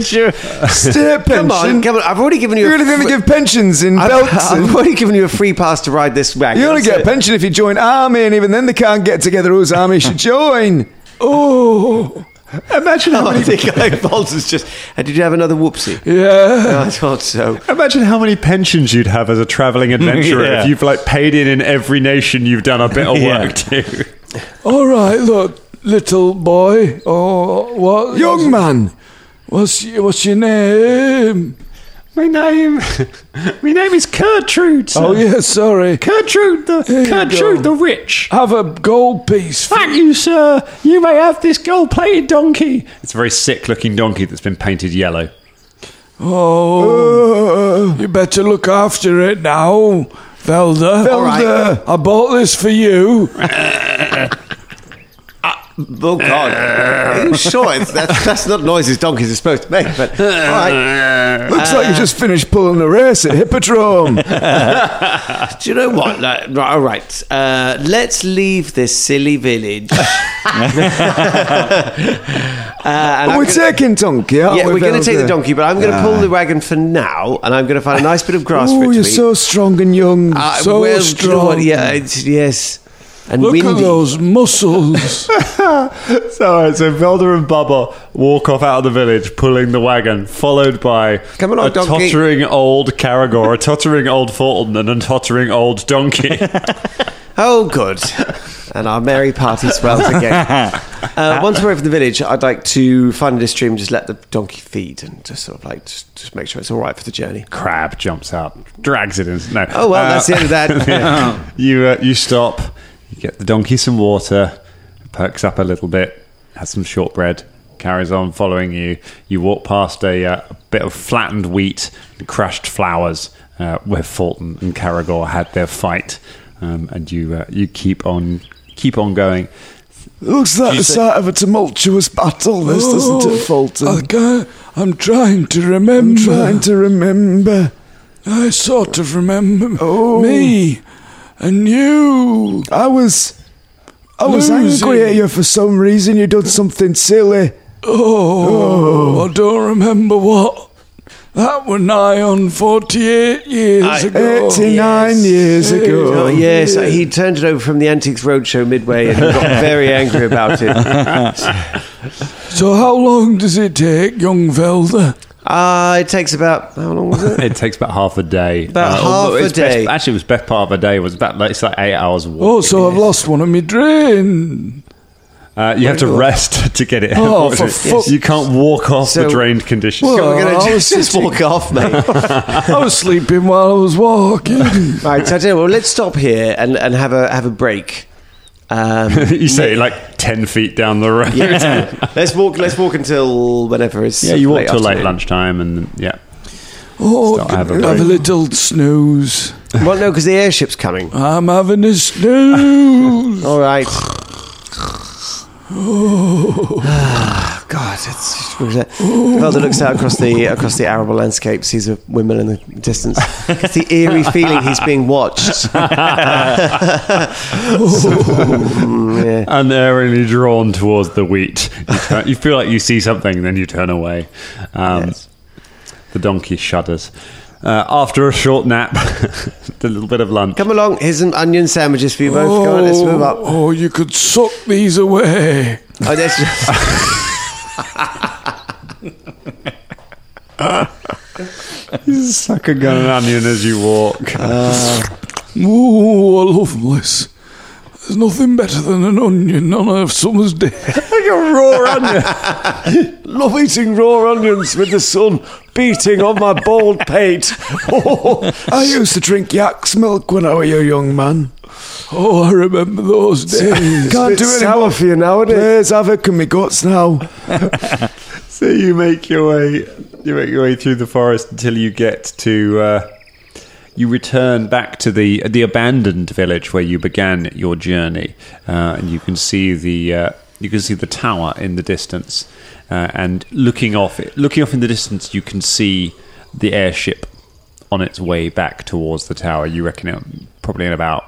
[SPEAKER 6] <laughs>
[SPEAKER 3] State pension.
[SPEAKER 5] Come on, come on. I've already given you
[SPEAKER 3] You
[SPEAKER 5] a
[SPEAKER 3] really going to
[SPEAKER 5] fr-
[SPEAKER 3] give pensions in
[SPEAKER 5] I've,
[SPEAKER 3] belts?
[SPEAKER 5] I've
[SPEAKER 3] and-
[SPEAKER 5] already given you a free pass to ride this wagon.
[SPEAKER 3] You only
[SPEAKER 5] so-
[SPEAKER 3] get a pension if you join army, and even then they can't get together whose army
[SPEAKER 6] <laughs>
[SPEAKER 3] should join.
[SPEAKER 7] Oh.
[SPEAKER 6] Imagine how
[SPEAKER 5] <laughs> Oh, I
[SPEAKER 6] many
[SPEAKER 5] think I- Fulton's just. Uh, did you have another whoopsie?
[SPEAKER 7] Yeah.
[SPEAKER 5] I thought so.
[SPEAKER 6] Imagine how many pensions you'd have as a traveling adventurer <laughs>
[SPEAKER 4] Yeah.
[SPEAKER 6] if you've like paid in in every nation you've done a bit <laughs> of
[SPEAKER 4] Yeah.
[SPEAKER 6] work to.
[SPEAKER 7] All right, look, little boy. Oh, what?
[SPEAKER 3] Young man.
[SPEAKER 7] What's, y- what's your name?
[SPEAKER 6] My name, my name is Gertrude.
[SPEAKER 7] Oh, yeah, sorry.
[SPEAKER 6] Gertrude the
[SPEAKER 7] Here you Gertrude go. the
[SPEAKER 6] rich.
[SPEAKER 7] Have a gold piece.
[SPEAKER 6] Thank you, sir. You may have this gold-plated donkey. It's a very sick-looking donkey that's been painted yellow.
[SPEAKER 7] Oh, you better look after it now, Velda.
[SPEAKER 5] All right.
[SPEAKER 7] Velda, I bought this for you.
[SPEAKER 5] Oh God! Are you sure it's, that's, that's not noises donkeys are supposed to make? <laughs> But all right.
[SPEAKER 3] Looks like you just finished pulling a race at Hippodrome.
[SPEAKER 5] <laughs> Do you know what? Like, right, all right. Uh, let's leave this silly <laughs> village. uh,
[SPEAKER 3] Are
[SPEAKER 5] and I'm
[SPEAKER 3] we
[SPEAKER 5] gonna-
[SPEAKER 3] taking donkey?
[SPEAKER 7] Oh,
[SPEAKER 3] aren't
[SPEAKER 5] yeah,
[SPEAKER 3] we,
[SPEAKER 5] we're going
[SPEAKER 3] Velda?
[SPEAKER 5] to take the donkey, but I'm going to pull the wagon for now, and I'm going to find a nice bit of grass for it
[SPEAKER 3] Oh,
[SPEAKER 5] to
[SPEAKER 3] you're
[SPEAKER 5] eat.
[SPEAKER 3] so strong and young.
[SPEAKER 5] I will-
[SPEAKER 7] so
[SPEAKER 5] do you know what?
[SPEAKER 7] strong.
[SPEAKER 5] Yeah, it's, yes. And
[SPEAKER 7] Look at
[SPEAKER 5] windy. <laughs>
[SPEAKER 7] those muscles.
[SPEAKER 6] So, all right, so Velda and Bubba walk off out of the village, pulling the wagon, followed by
[SPEAKER 5] Come along,
[SPEAKER 6] a
[SPEAKER 5] donkey.
[SPEAKER 6] tottering old Caragor, a tottering old Fulton, and a tottering old donkey. <laughs>
[SPEAKER 5] Oh, good. And our merry party swells again.
[SPEAKER 7] <laughs>
[SPEAKER 5] Uh, once we're over the village, I'd like to find a stream, just let the donkey feed, and just sort of like just, just make sure it's all right for the journey.
[SPEAKER 6] Crab jumps out, drags it in. No. Uh,
[SPEAKER 5] Oh, well, that's the end of
[SPEAKER 6] <laughs>
[SPEAKER 5] that.
[SPEAKER 6] yeah. you uh, you stop, you get the donkey some water, perks up a little bit, has some shortbread, carries on following you. You walk past a, uh, bit of flattened wheat and crushed flowers uh, where Fulton and Caragor had their fight, um, and you uh, you keep on keep on going.
[SPEAKER 3] Looks like the start of a tumultuous battle, this, doesn't it, Fulton?
[SPEAKER 7] I can't, I'm trying to remember.
[SPEAKER 3] I'm trying to remember.
[SPEAKER 7] I sort of remember
[SPEAKER 3] Oh.
[SPEAKER 7] me and you.
[SPEAKER 3] I was. I was
[SPEAKER 7] Losing.
[SPEAKER 3] angry at you for some reason. You done something silly.
[SPEAKER 7] Oh, I don't remember what. That were nigh on 48 years ago.
[SPEAKER 3] 89 years ago.
[SPEAKER 5] Oh, yes, he turned it over from the Antiques Roadshow midway and got very angry about it.
[SPEAKER 7] So, how long does it take, young Velda?
[SPEAKER 5] Uh, it takes about, how
[SPEAKER 6] <laughs>
[SPEAKER 5] long was it? <laughs>
[SPEAKER 6] It takes about half a day.
[SPEAKER 5] About half
[SPEAKER 6] although
[SPEAKER 5] a
[SPEAKER 6] it's best-
[SPEAKER 5] day. Oh,
[SPEAKER 6] actually, it was best part of a day. It was about like, it's like eight hours walk.
[SPEAKER 7] Oh, so I've lost one of my drain.
[SPEAKER 6] Uh, you have to rest <laughs> to get it out.
[SPEAKER 7] Oh, for fuck-
[SPEAKER 6] you can't walk off
[SPEAKER 5] So-
[SPEAKER 6] the drained condition.
[SPEAKER 5] We're
[SPEAKER 7] Oh,
[SPEAKER 5] going
[SPEAKER 7] I
[SPEAKER 5] to
[SPEAKER 7] was
[SPEAKER 5] just, <laughs> just walk off, mate.
[SPEAKER 7] I was sleeping while I was
[SPEAKER 5] <laughs>
[SPEAKER 7] walking.
[SPEAKER 5] right, so I tell you, well, let's stop here and, and have a have a break. Um,
[SPEAKER 6] <laughs> you say like 10 feet down the road.
[SPEAKER 5] yeah, let's walk. Let's walk until whenever it's
[SPEAKER 6] Yeah, <laughs> you walk till late
[SPEAKER 5] afternoon.
[SPEAKER 6] lunchtime, and yeah.
[SPEAKER 7] Oh,
[SPEAKER 6] Stop,
[SPEAKER 7] can
[SPEAKER 6] have a
[SPEAKER 7] I
[SPEAKER 6] break.
[SPEAKER 7] little snooze.
[SPEAKER 5] Well, no, because the airship's coming.
[SPEAKER 7] I'm having a snooze.
[SPEAKER 5] All <sighs> right. Ah, God, it's Velda looks out across the across the arable landscape, sees a women in the distance. It's the eerie feeling he's being
[SPEAKER 6] <laughs>
[SPEAKER 5] watched. <laughs> Mm, yeah.
[SPEAKER 6] Unerringly drawn towards the wheat. You, turn- you feel like you see something, then you turn away. Um,
[SPEAKER 5] Yes.
[SPEAKER 6] The donkey shudders. Uh, after a short nap, <laughs> a little bit of lunch.
[SPEAKER 5] Come along, here's some onion sandwiches for you both. <laughs> Come on, let's move up.
[SPEAKER 7] oh, you could suck these away.
[SPEAKER 5] Oh, that's just.
[SPEAKER 6] <laughs> Suck a gun and onion as you walk.
[SPEAKER 7] Ooh, I love this. There's nothing better than an onion on a summer's day.
[SPEAKER 6] like a raw onion.
[SPEAKER 7] <laughs> love eating raw onions with the sun beating on my bald pate.
[SPEAKER 3] I used to drink yak's milk when I was a young man.
[SPEAKER 7] Oh, I remember those days.
[SPEAKER 3] Can't do it anymore.
[SPEAKER 5] for you nowadays.
[SPEAKER 3] There's havoc in my guts now.
[SPEAKER 6] So you make your way, you make your way through the forest until you get to, uh, you return back to the the abandoned village where you began your journey, uh, and you can see the uh, you can see the tower in the distance, uh, and looking off looking off in the distance, you can see the airship on its way back towards the tower. You reckon it probably in about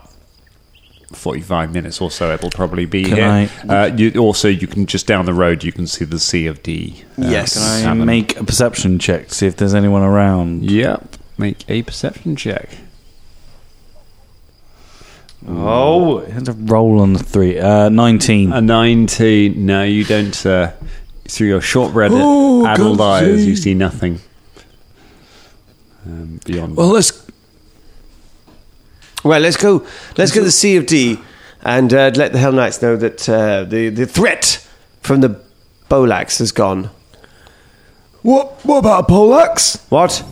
[SPEAKER 6] 45 minutes or so it'll probably be
[SPEAKER 9] Can
[SPEAKER 6] here. Uh, you, also, you can just down the road, you can see the Sea of D. Uh,
[SPEAKER 5] Yes.
[SPEAKER 6] can
[SPEAKER 4] I
[SPEAKER 6] haven't-
[SPEAKER 4] make a perception check to see if there's anyone around.
[SPEAKER 6] Yep. Make a perception check.
[SPEAKER 4] Oh, had a roll on the three. Uh, 19.
[SPEAKER 6] A 19. No, you don't. Uh, through your shortbread
[SPEAKER 7] Oh,
[SPEAKER 6] addled
[SPEAKER 7] good
[SPEAKER 6] eyes, you
[SPEAKER 7] thing.
[SPEAKER 6] see nothing um, beyond.
[SPEAKER 7] Well, let's.
[SPEAKER 5] Well, let's go. Let's go to the C of D and uh, let the Hell Knights know that uh, the the threat from the Bolax has gone.
[SPEAKER 3] What? What about a poleaxe?
[SPEAKER 5] What?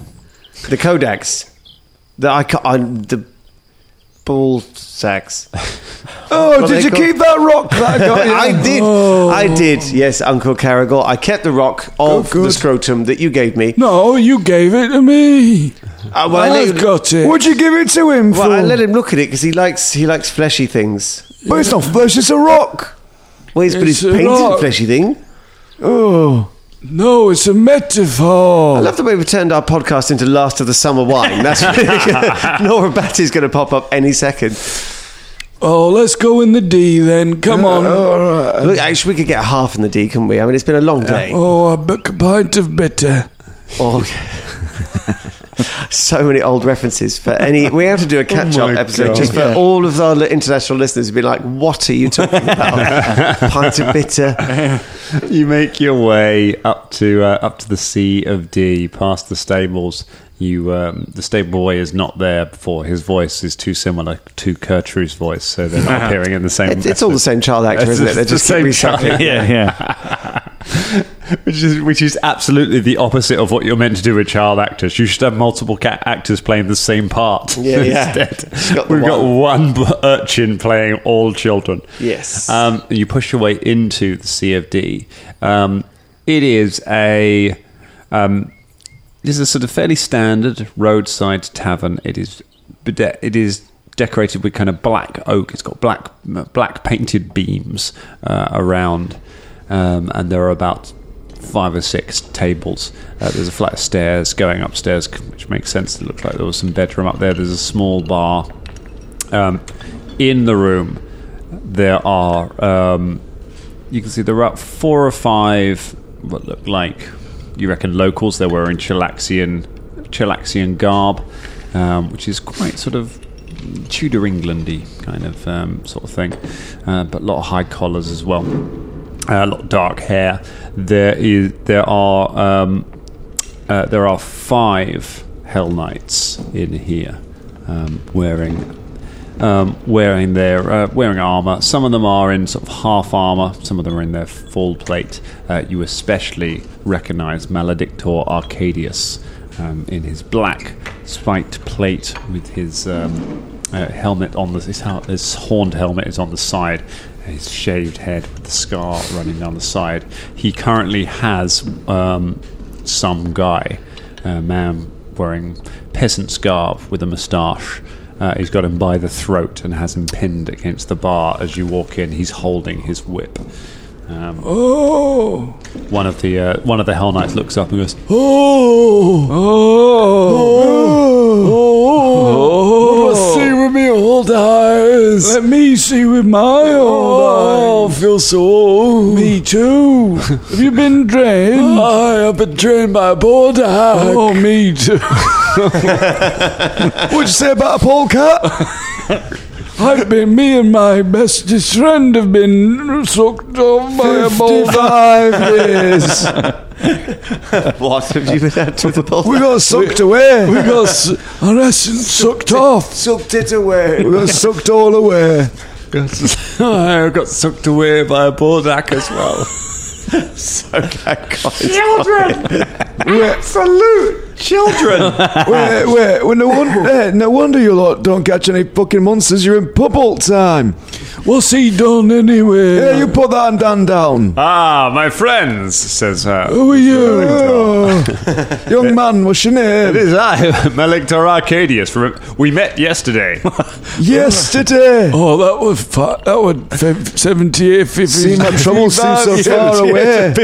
[SPEAKER 5] The Kodaks. The ico- I, the ball sacks.
[SPEAKER 3] Oh, did
[SPEAKER 5] What they
[SPEAKER 3] you
[SPEAKER 5] call-
[SPEAKER 3] keep that rock that I <laughs>
[SPEAKER 5] <laughs>
[SPEAKER 3] got you? Oh.
[SPEAKER 5] I did. I did. Yes, Uncle Caragor. I kept the rock of the
[SPEAKER 3] good.
[SPEAKER 5] scrotum that you gave me.
[SPEAKER 7] No, you gave it to me.
[SPEAKER 5] Uh, well, I let
[SPEAKER 7] I've
[SPEAKER 5] him-
[SPEAKER 7] got it.
[SPEAKER 3] What'd you give it to him
[SPEAKER 5] Well,
[SPEAKER 3] for?
[SPEAKER 5] I let him look at it because he likes he likes fleshy things.
[SPEAKER 3] But it's not flesh, it's a rock.
[SPEAKER 5] Well, he's, but
[SPEAKER 7] It's
[SPEAKER 5] he's
[SPEAKER 7] a
[SPEAKER 5] painted
[SPEAKER 7] rock.
[SPEAKER 5] fleshy thing.
[SPEAKER 3] Oh.
[SPEAKER 7] No, it's a metaphor.
[SPEAKER 5] I love the way we turned our podcast into Last of the Summer Wine. That's <laughs> really Nora Batty's going to pop up any second.
[SPEAKER 7] Oh, let's go in the D then. Come
[SPEAKER 5] Uh,
[SPEAKER 7] on.
[SPEAKER 5] Look, actually, we could get half in the D, couldn't we? I mean, it's been a long day.
[SPEAKER 7] Oh, a book a pint of bitter.
[SPEAKER 5] Oh, <laughs> so many old references for any. We have to do a catch-up episode just for all of our li- international listeners to be like, "What are you talking <laughs> about? Pint of bitter."
[SPEAKER 6] <laughs> you make your way up to uh, up to the Sea of D, past the stables. You, um, the stable boy is not there before. His voice is too similar to Gertrude's voice, so they're not appearing in the same.
[SPEAKER 5] It's, it's all the same child actor,
[SPEAKER 6] It's
[SPEAKER 5] isn't it? They're
[SPEAKER 6] the
[SPEAKER 5] just keep
[SPEAKER 6] same child.
[SPEAKER 5] recycling.
[SPEAKER 4] yeah, yeah.
[SPEAKER 6] <laughs> which is which is absolutely the opposite of what you're meant to do with child actors. You should have multiple ca- actors playing the same part.
[SPEAKER 5] Yeah,
[SPEAKER 6] <laughs>
[SPEAKER 5] yeah.
[SPEAKER 6] instead.
[SPEAKER 5] Just got the
[SPEAKER 6] we've got one <laughs> b- urchin playing all children.
[SPEAKER 5] Yes.
[SPEAKER 6] um, you push your way into the CFD. Um, it is a um, this is a sort of fairly standard roadside tavern. It is bede- it is decorated with kind of black oak. It's got black black painted beams uh, around, um, and there are about five or six tables. Uh, there's a flight of stairs going upstairs, c- which makes sense. It looks like there was some bedroom up there. There's a small bar. Um, in the room, there are um, you can see there are four or five what look like you reckon locals. They were in Chilaxian Chilaxian garb, um, which is quite sort of Tudor Englandy kind of um, sort of thing, uh, but a lot of high collars as well. Uh, a lot of dark hair. There is there are um, uh, there are five Hell Knights in here um, wearing um, wearing their uh, wearing armor. Some of them are in sort of half armor. Some of them are in their full plate. Uh, you especially recognize Maledictor Arcadius um, in his black spiked plate with his um, uh, helmet on the his, hel- his horned helmet is on the side. and His shaved head with the scar running down the side. He currently has um, some guy, a man wearing peasant's garb with a moustache. Uh, he's got him by the throat and has him pinned against the bar. As you walk in, he's holding his whip. Um,
[SPEAKER 7] Oh,
[SPEAKER 6] One of the uh, one of the Hell Knights looks up and goes,
[SPEAKER 7] oh, oh, oh,
[SPEAKER 3] See with me old eyes.
[SPEAKER 7] Let me see with my
[SPEAKER 3] Oh,
[SPEAKER 7] own eyes.
[SPEAKER 3] I feel so old.
[SPEAKER 7] Me too. Have you been drained?
[SPEAKER 3] I have been trained by a board hack.
[SPEAKER 7] oh, me too.
[SPEAKER 3] What'd you say about a polecat?
[SPEAKER 7] I've been, me and my bestest friend have been sucked off by a boulder.
[SPEAKER 3] Fifty-five
[SPEAKER 7] <laughs>
[SPEAKER 3] years.
[SPEAKER 5] What have you been at with the ball?
[SPEAKER 3] We got sucked away.
[SPEAKER 7] We got s- our essence sucked off.
[SPEAKER 5] sucked it away.
[SPEAKER 3] We got sucked all away.
[SPEAKER 6] "I got sucked away by a boardack as well."
[SPEAKER 3] Absolute <laughs> children. wait, wait. Well, no, won- eh, no wonder you lot don't catch any fucking monsters. You're in pub all time.
[SPEAKER 7] What's he done anyway?
[SPEAKER 3] Yeah, you put that and Dan down.
[SPEAKER 6] ah, my friends, says uh, her.
[SPEAKER 7] Who are you?
[SPEAKER 3] Oh. Young man, what's your
[SPEAKER 6] It
[SPEAKER 3] name?
[SPEAKER 6] is I, <laughs> Malictor Arcadius. Rem- We met yesterday. <laughs>
[SPEAKER 3] Yesterday.
[SPEAKER 7] Oh, that was fa- that was fe- 78, 50.
[SPEAKER 3] See, my trouble seems so far away.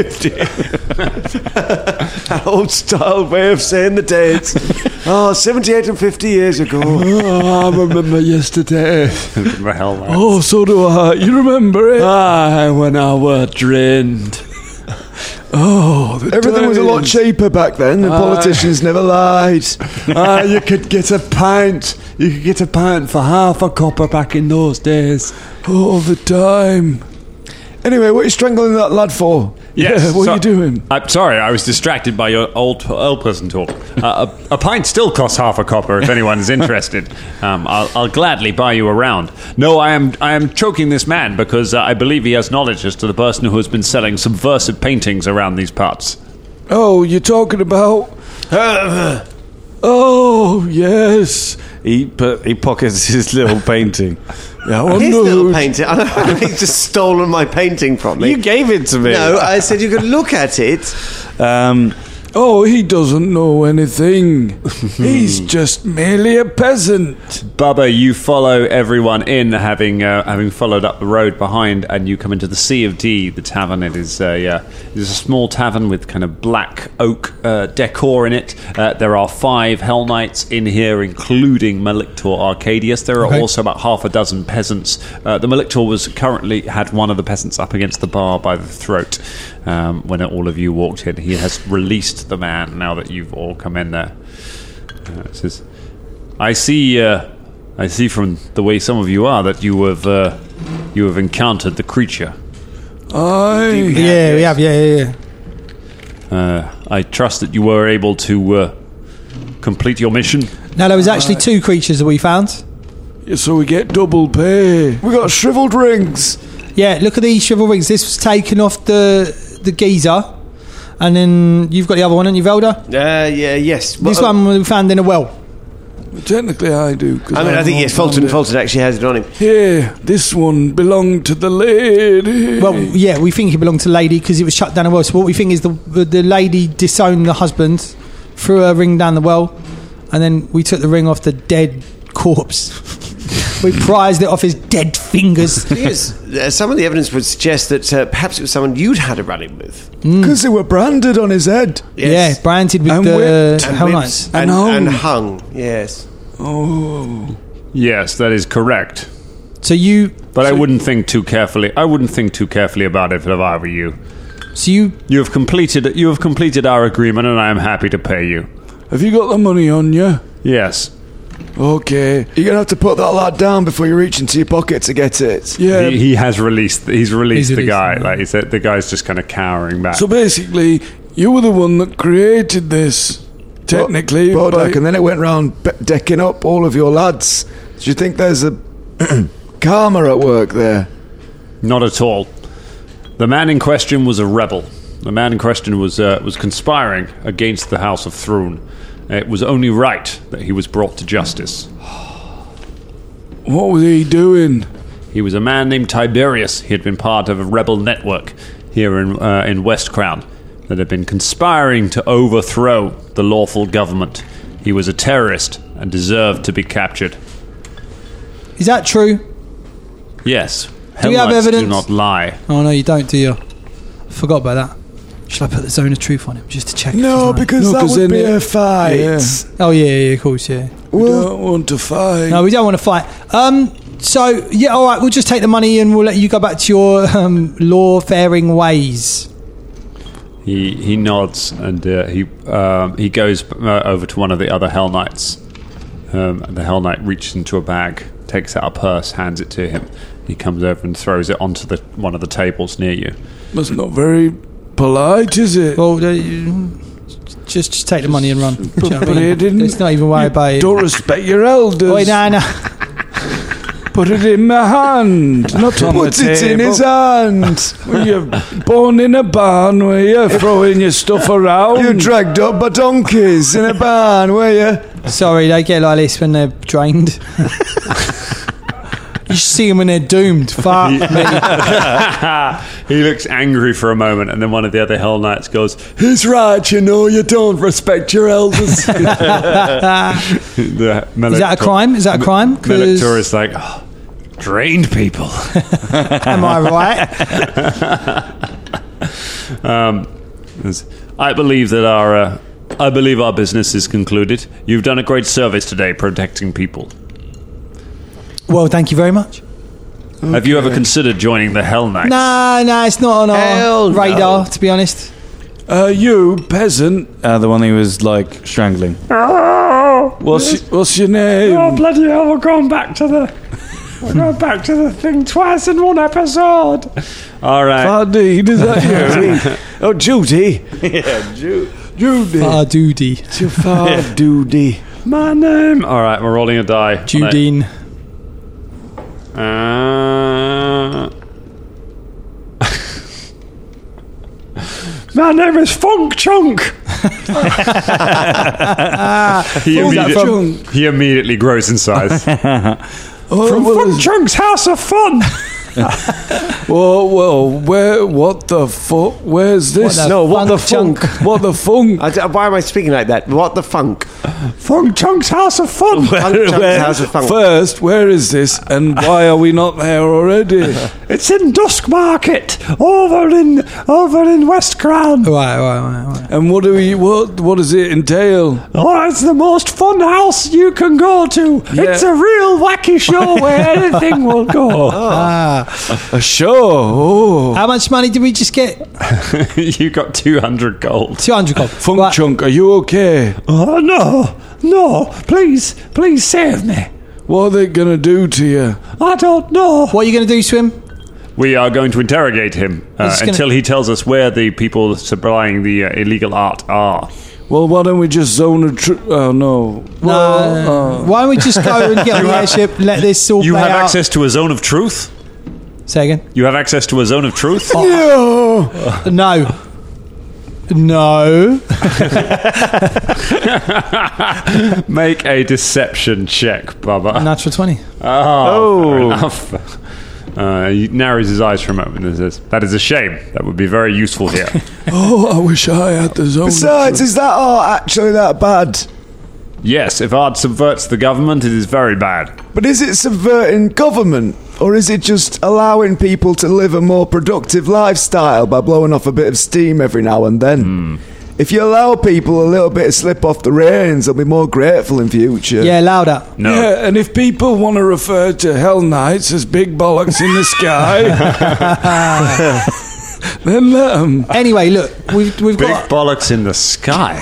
[SPEAKER 5] Old style way of saying the <laughs> dates. oh, 78 and 50 years ago. <laughs>
[SPEAKER 7] Oh, I remember yesterday.
[SPEAKER 6] the Hell Knight.
[SPEAKER 7] Oh, so do I. You remember it? Ah, when I were drained. Oh, the
[SPEAKER 3] Everything was a lot
[SPEAKER 7] days.
[SPEAKER 3] cheaper back then. The politicians never lied.
[SPEAKER 7] ah, you could get a pint. You could get a pint for half a copper back in those days. All the time.
[SPEAKER 3] Anyway, what are you strangling that lad for? <laughs>
[SPEAKER 6] Yes.
[SPEAKER 7] Yeah, what are you doing?
[SPEAKER 6] I'm sorry, I was distracted by your old old person talk. Uh, a, a pint still costs half a copper if anyone is interested. Um, I'll, I'll gladly buy you a round. No, I am I am choking this man because uh, I believe he has knowledge as to the person who has been selling subversive paintings around these parts.
[SPEAKER 7] Oh, you're talking about. oh, yes.
[SPEAKER 4] He put, he pockets his little painting.
[SPEAKER 7] <laughs> Yeah, I
[SPEAKER 5] His
[SPEAKER 7] wonder
[SPEAKER 5] little
[SPEAKER 7] who-
[SPEAKER 5] painting. <laughs> I don't know, he's just stolen my painting from me.
[SPEAKER 4] You gave it to me.
[SPEAKER 5] no, I said you could look at it.
[SPEAKER 4] Um,
[SPEAKER 7] Oh, he doesn't know anything. He's just merely a peasant.
[SPEAKER 6] Bubba, you follow everyone in, having uh, having followed up the road behind, and you come into the Sea of D, the tavern. It is a uh, it is a small tavern with kind of black oak uh, decor in it. Uh, there are five Hell Knights in here, including Malictor Arcadius. There are also about half a dozen peasants. Uh, the Malictor was currently had one of the peasants up against the bar by the throat um, when all of you walked in. He has released the man now that you've all come in there. Uh, it says, I see. Uh, I see from the way some of you are that you have uh, you have encountered the creature.
[SPEAKER 7] Aye.
[SPEAKER 8] Yeah, we have. Yeah, yeah, yeah.
[SPEAKER 6] Uh, I trust that you were able to uh, complete your mission.
[SPEAKER 8] Now there was actually two creatures that we found.
[SPEAKER 7] So we get double pay.
[SPEAKER 3] We got shriveled rings.
[SPEAKER 8] Yeah, look at these shovel rings. This was taken off the the geezer, and then you've got the other one, and you've Velda.
[SPEAKER 5] Uh, yeah, yes.
[SPEAKER 8] This
[SPEAKER 5] Well,
[SPEAKER 8] one we found in a well.
[SPEAKER 7] Technically, I do. 'cause
[SPEAKER 5] I mean, I think,
[SPEAKER 7] the
[SPEAKER 5] yes,
[SPEAKER 7] one
[SPEAKER 5] Fulton,
[SPEAKER 7] that-
[SPEAKER 5] Fulton actually has it on him.
[SPEAKER 7] Here, this one belonged to the lady.
[SPEAKER 8] Well, yeah, we think he belonged to lady because it was shut down a well. So what we think is the the lady disowned the husband, threw her ring down the well, and then we took the ring off the dead corpse. <laughs> we prized it off his dead
[SPEAKER 4] <laughs>
[SPEAKER 8] fingers.
[SPEAKER 5] Uh, some of the evidence would suggest that uh, perhaps it was someone you'd had a running with.
[SPEAKER 8] Hmm.
[SPEAKER 3] Because they were branded on his head.
[SPEAKER 8] Yeah, branded with
[SPEAKER 7] And
[SPEAKER 8] the uh,
[SPEAKER 7] whipped.
[SPEAKER 5] And
[SPEAKER 8] Hell
[SPEAKER 5] whips
[SPEAKER 8] Knights.
[SPEAKER 5] And,
[SPEAKER 7] And
[SPEAKER 5] and
[SPEAKER 7] hung.
[SPEAKER 5] hung, yes.
[SPEAKER 6] Yes, that is correct.
[SPEAKER 8] So you,
[SPEAKER 6] But I wouldn't think too carefully. I wouldn't think too carefully about it if I were you.
[SPEAKER 8] so you,
[SPEAKER 6] You have completed. You have completed our agreement, and I am happy to pay you.
[SPEAKER 7] Have you got the money on you?
[SPEAKER 6] Yes.
[SPEAKER 7] Okay.
[SPEAKER 3] You're going to have to put that lad down before you reach into your pocket to get it.
[SPEAKER 8] Um,
[SPEAKER 7] Yeah.
[SPEAKER 6] he, he has released. He's released
[SPEAKER 8] He's
[SPEAKER 6] the
[SPEAKER 8] released
[SPEAKER 6] guy.
[SPEAKER 8] him.
[SPEAKER 6] Like he said, the guy's just kind of cowering back.
[SPEAKER 7] so basically, you were the one that created this. Technically,
[SPEAKER 3] Bodak,
[SPEAKER 7] by-
[SPEAKER 3] and then it went round be- decking up all of your lads. Do you think there's a Karma at work there.
[SPEAKER 6] Not at all. The man in question was a rebel. The man in question was uh, was conspiring against the House of Throne. It was only right that he was brought to justice.
[SPEAKER 7] What was he doing?
[SPEAKER 6] He was a man named Tiberius. He had been part of a rebel network here in uh, in West Crown that had been conspiring to overthrow the lawful government. He was a terrorist and deserved to be captured.
[SPEAKER 8] Is that true?
[SPEAKER 6] Yes,
[SPEAKER 8] Do you have
[SPEAKER 6] Hellknights
[SPEAKER 8] evidence?
[SPEAKER 6] Do not lie.
[SPEAKER 8] Oh no, you don't, do you? Forgot about that. Should I put the zone of truth on him just to check? if he's
[SPEAKER 3] No,
[SPEAKER 8] lying?
[SPEAKER 3] because
[SPEAKER 7] No,
[SPEAKER 3] that
[SPEAKER 7] 'cause
[SPEAKER 3] would
[SPEAKER 7] then
[SPEAKER 3] be
[SPEAKER 7] it-
[SPEAKER 3] a fight.
[SPEAKER 7] Yeah.
[SPEAKER 8] Oh yeah, yeah, of course, yeah.
[SPEAKER 7] We don't want to fight.
[SPEAKER 8] No, we don't want to fight. Um, so yeah, all right, we'll just take the money and we'll let you go back to your um, law-faring ways.
[SPEAKER 6] He he nods and uh, he um, he goes uh, over to one of the other Hell Knights. Um, and the Hell Knight reaches into a bag, takes out a purse, hands it to him. He comes over and throws it onto the one of the tables near you.
[SPEAKER 7] That's not very polite, is it?
[SPEAKER 8] Well, uh, you- just just take the money and run. Do you know what I
[SPEAKER 7] but
[SPEAKER 8] mean?
[SPEAKER 7] you didn't-
[SPEAKER 8] Let's not even worry about it.
[SPEAKER 7] Don't respect your elders.
[SPEAKER 8] Oi, no, no.
[SPEAKER 7] Put it in my hand, not on
[SPEAKER 3] Put
[SPEAKER 7] the table.
[SPEAKER 3] it in his hand.
[SPEAKER 7] Were you born in a barn? Were you throwing your <laughs> stuff around?
[SPEAKER 3] you dragged up by donkeys in a barn, were you?
[SPEAKER 8] Sorry, they get like this when they're drained. <laughs> you should see them when they're doomed. Fuck me.
[SPEAKER 6] he looks angry for a moment, and then one of the other Hell Knights goes,
[SPEAKER 3] He's right, you know, you don't respect your
[SPEAKER 6] <laughs>
[SPEAKER 8] <laughs>
[SPEAKER 3] elders.
[SPEAKER 6] the
[SPEAKER 8] Is that a crime? Is that a crime? 'Cause-
[SPEAKER 6] Melector is like, "Oh, drained people.
[SPEAKER 8] am I right?
[SPEAKER 6] Yes. I believe that our, uh, I believe our business is concluded. You've done a great service today, protecting people.
[SPEAKER 8] Well, thank you very much.
[SPEAKER 6] Have you ever considered joining the Hell Knights?
[SPEAKER 8] Nah, nah, it's not on our
[SPEAKER 5] Hell no.
[SPEAKER 8] radar, to be honest.
[SPEAKER 7] Uh, you peasant.
[SPEAKER 4] Uh, the one he was like strangling.
[SPEAKER 7] What's what's your name?
[SPEAKER 6] bloody hell! We're going back to the, we're going back to the thing twice in one episode. All right.
[SPEAKER 7] Paddy, is
[SPEAKER 5] <laughs>
[SPEAKER 7] that
[SPEAKER 5] Oh, Judy.
[SPEAKER 7] you? Judy.
[SPEAKER 8] Ah, Doody.
[SPEAKER 7] It's your father.
[SPEAKER 5] Judy.
[SPEAKER 6] My name. All right. We're rolling a die.
[SPEAKER 8] Judine.
[SPEAKER 6] <laughs> Uh, My name is Funk Chunk. he, immedi-
[SPEAKER 7] Chunk.
[SPEAKER 6] he immediately grows in size.
[SPEAKER 7] Oh, well, it's-
[SPEAKER 6] Chunk's House of
[SPEAKER 7] <laughs>
[SPEAKER 6] Fun.
[SPEAKER 7] Whoa, whoa, where, what the fuck? Where's this?
[SPEAKER 8] the
[SPEAKER 5] No, what the
[SPEAKER 8] funk
[SPEAKER 5] funk?
[SPEAKER 7] What the funk?
[SPEAKER 5] I d- why am I speaking like that? What the funk?
[SPEAKER 6] Funk Chunk's House of Fun.
[SPEAKER 5] Funk chunks, how's the funk?
[SPEAKER 7] First, where is this and why are we not there already?
[SPEAKER 6] <laughs> It's in Dusk Market, over in over in West Crown.
[SPEAKER 8] All right, all right, all right, all right.
[SPEAKER 7] and what do we, what, what does it entail?
[SPEAKER 6] Oh, it's the most fun house you can go to. It's a real wacky
[SPEAKER 7] <laughs>
[SPEAKER 6] show where anything will go.
[SPEAKER 7] Ah, A show. Oh.
[SPEAKER 8] How much money did we just get?
[SPEAKER 6] <laughs> you got two hundred gold.
[SPEAKER 8] 200 gold.
[SPEAKER 7] Funk
[SPEAKER 8] Right.
[SPEAKER 7] Chunk, are you okay?
[SPEAKER 6] Oh no, no! Please, please save me.
[SPEAKER 7] What are they gonna do to you?
[SPEAKER 6] I don't know.
[SPEAKER 8] What are you going to do, Swim?
[SPEAKER 6] We are going to interrogate him uh,
[SPEAKER 8] He's gonna-
[SPEAKER 6] until he tells us where the people supplying the uh, illegal art are.
[SPEAKER 7] Well, why don't we just zone a tr- Oh no. uh,
[SPEAKER 8] No. Why don't we just go
[SPEAKER 7] <laughs>
[SPEAKER 8] and get on the airship and let this all
[SPEAKER 6] You
[SPEAKER 8] play
[SPEAKER 6] have
[SPEAKER 8] out?
[SPEAKER 6] access to a zone of truth.
[SPEAKER 8] Say again.
[SPEAKER 6] You have access to a zone of truth.
[SPEAKER 8] No. No.
[SPEAKER 6] Make a deception check, Bubba.
[SPEAKER 8] Natural 20.
[SPEAKER 6] Oh, fair enough. Uh, he narrows his eyes for a moment and says, "That is a shame. That would be very useful <laughs> here."
[SPEAKER 7] Oh, I wish I had the zone.
[SPEAKER 3] Besides, is that art actually that bad?
[SPEAKER 6] yes, if art subverts the government, it is very bad.
[SPEAKER 3] But is it subverting government? Or is it just allowing people to live a more productive lifestyle by blowing off a bit of steam every now and then?
[SPEAKER 6] Hmm.
[SPEAKER 3] If you allow people a little bit of slip off the reins, they'll be more grateful in future.
[SPEAKER 8] Yeah, louder.
[SPEAKER 6] No,
[SPEAKER 7] Yeah, and if people want to refer to Hell Knights as big bollocks in the sky, <laughs> then let 'em.
[SPEAKER 8] Anyway, look, we've, we've
[SPEAKER 6] big
[SPEAKER 8] got.
[SPEAKER 6] bollocks in the sky.